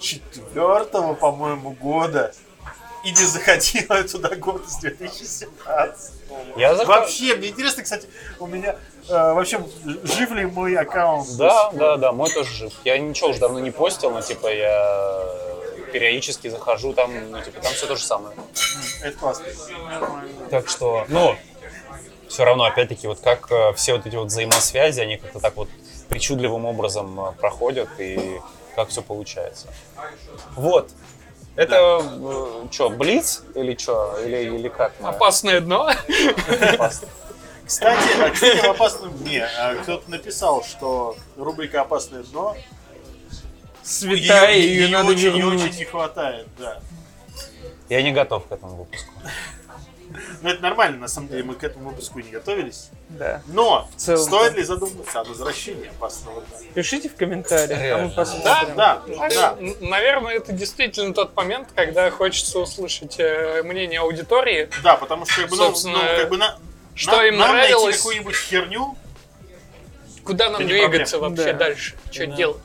S2: 2004, по-моему, года. И не заходила туда год с 2017.
S4: Я зах-
S2: Вообще, мне интересно, кстати, у меня э, вообще жив ли мой аккаунт?
S4: Да, да, да, мой тоже жив. Я ничего уже давно не постил, но, типа, я периодически захожу там, ну, типа, там все то же самое.
S2: Это классно.
S4: Так что, ну, все равно, опять-таки, вот как э, все вот эти вот взаимосвязи, они как-то так вот причудливым образом э, проходят, и как все получается. Вот. Это что, блиц или что? Или, или как? мы?
S3: Опасное дно.
S4: Опасно.
S2: Кстати, а, кстати, об опасном дне. А, Кто-то написал, что рубрика «Опасное дно»
S3: Святая,
S2: ей-
S3: ее
S2: ей
S3: надо
S2: очень, и
S3: вернуть.
S2: очень не хватает, да.
S4: Я не готов к этому выпуску.
S2: Но Ну, это нормально, на самом деле, мы к этому выпуску и не готовились.
S5: Да.
S2: Но
S5: целом,
S2: стоит
S5: да.
S2: ли задуматься о возвращении опасного дна?
S5: Пишите в комментариях, а мы
S4: Реально.
S5: посмотрим.
S2: Да, да.
S3: Н- Наверное, это действительно тот момент, когда хочется услышать э, мнение аудитории.
S2: Да, потому что как бы, ну,
S3: Собственно,
S2: ну, как бы на-
S3: что
S2: на-
S3: им
S2: нам найти
S3: нравилось?
S2: какую-нибудь херню,
S3: Куда нам
S2: Это не
S3: двигаться
S2: проблема.
S3: вообще
S5: Да.
S3: дальше? Что
S5: Да.
S3: делать?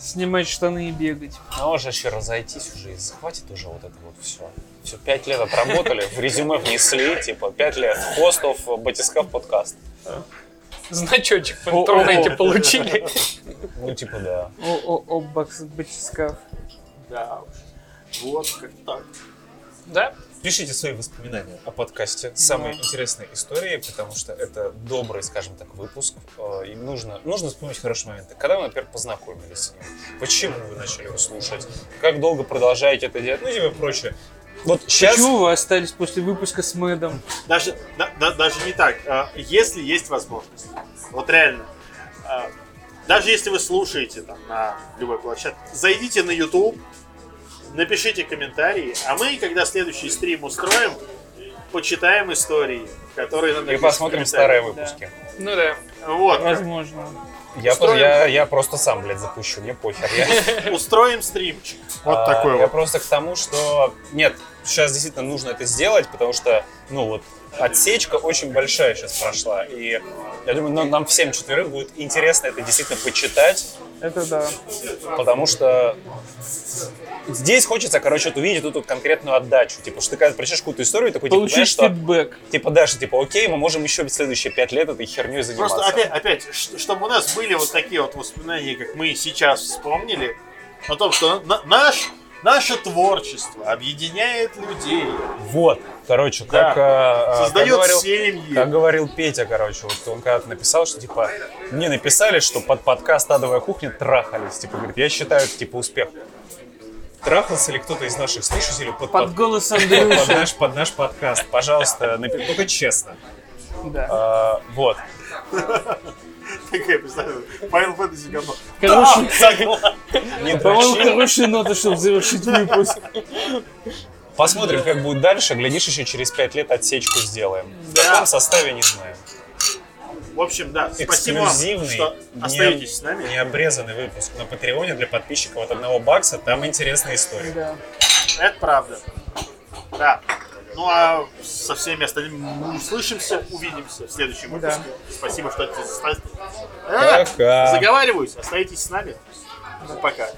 S5: Снимать штаны и бегать.
S4: Ну, можно еще разойтись уже, и хватит уже вот это вот все. Все, пять лет отработали, в резюме внесли, типа, пять лет хостов, батискаф подкаст.
S3: Значочек в интернете
S5: О-о-о.
S3: получили.
S4: Ну, типа, да.
S5: О-о-о, бакс батискаф.
S2: да уж. Вот как так.
S3: Да?
S4: Пишите свои воспоминания о подкасте, самые интересные истории, потому что это добрый, скажем так, выпуск. Э, И нужно, нужно вспомнить хорошие моменты. Когда вы, например, познакомились с ним, почему вы начали его слушать, как долго продолжаете это делать, ну, типа, прочее. Вот сейчас...
S5: Почему вы остались после выпуска с Мэдом?
S2: Даже, да- да- даже не так. А, Если есть возможность. Вот реально. А, Даже если вы слушаете там на любой площадке, зайдите на YouTube, напишите комментарии, а мы, когда следующий стрим устроим, почитаем истории, которые нам
S4: И
S2: написаны в
S4: посмотрим старые
S2: комментариях.
S4: выпуски.
S3: Ну да.
S2: Вот.
S5: Возможно.
S4: Я,
S2: Устроим.
S4: я, я просто сам, блядь, запущу, мне похер. Я-
S2: Устроим стримчик.
S4: А, Я просто к тому, что нет, сейчас действительно нужно это сделать, потому что, ну вот, отсечка очень большая сейчас прошла. И я думаю, ну, нам всем четверым будет интересно это действительно почитать,
S5: Это да.
S4: потому что здесь хочется, короче, вот увидеть эту конкретную отдачу. Типа, что ты когда прочитаешь какую-то историю, такой, типа, знаешь,
S5: Получишь
S4: что...
S5: фидбэк.
S4: Типа, Даша, типа, окей, мы можем еще следующие пять лет этой херней заниматься.
S2: Просто опять, опять, ш- чтобы у нас были вот такие вот воспоминания, как мы сейчас вспомнили, о том, что на- наш, наше творчество объединяет людей,
S4: Вот, короче,
S2: Да.
S4: как... а, а, как
S2: создает
S4: говорил-
S2: семьи.
S4: Как говорил Петя, короче, вот он когда-то написал, что типа мне написали, что под подкаст «Адовая кухня» трахались. Типа, говорит, я считаю, это типа успех. Трахался ли кто-то из наших слушателей под,
S5: Под
S4: под-
S5: голос Андрюши.
S4: под наш, под наш подкаст? Пожалуйста, напи- только честно.
S5: Да.
S4: А, вот.
S2: Такая, представляю, Final Fantasy говно.
S5: Короче,
S4: Не
S5: по-моему,
S4: дрочи.
S5: хорошая нота, чтобы завершить выпуск.
S4: Посмотрим, как будет дальше. Глядишь, еще через пять лет отсечку сделаем. В каком составе, не знаю.
S2: В общем, да, спасибо вам,
S4: Эксклюзивный,
S2: что
S4: не-
S2: остаетесь с нами.
S4: Необрезанный выпуск на Патреоне для подписчиков от одного бакса. Там интересная история.
S5: Да.
S2: Это правда. Да. Ну а со всеми остальными мы услышимся, увидимся в следующем выпуске. Спасибо, что остаетесь.
S4: Пока.
S2: Э, Заговариваюсь, остаетесь с нами. Ну, Пока.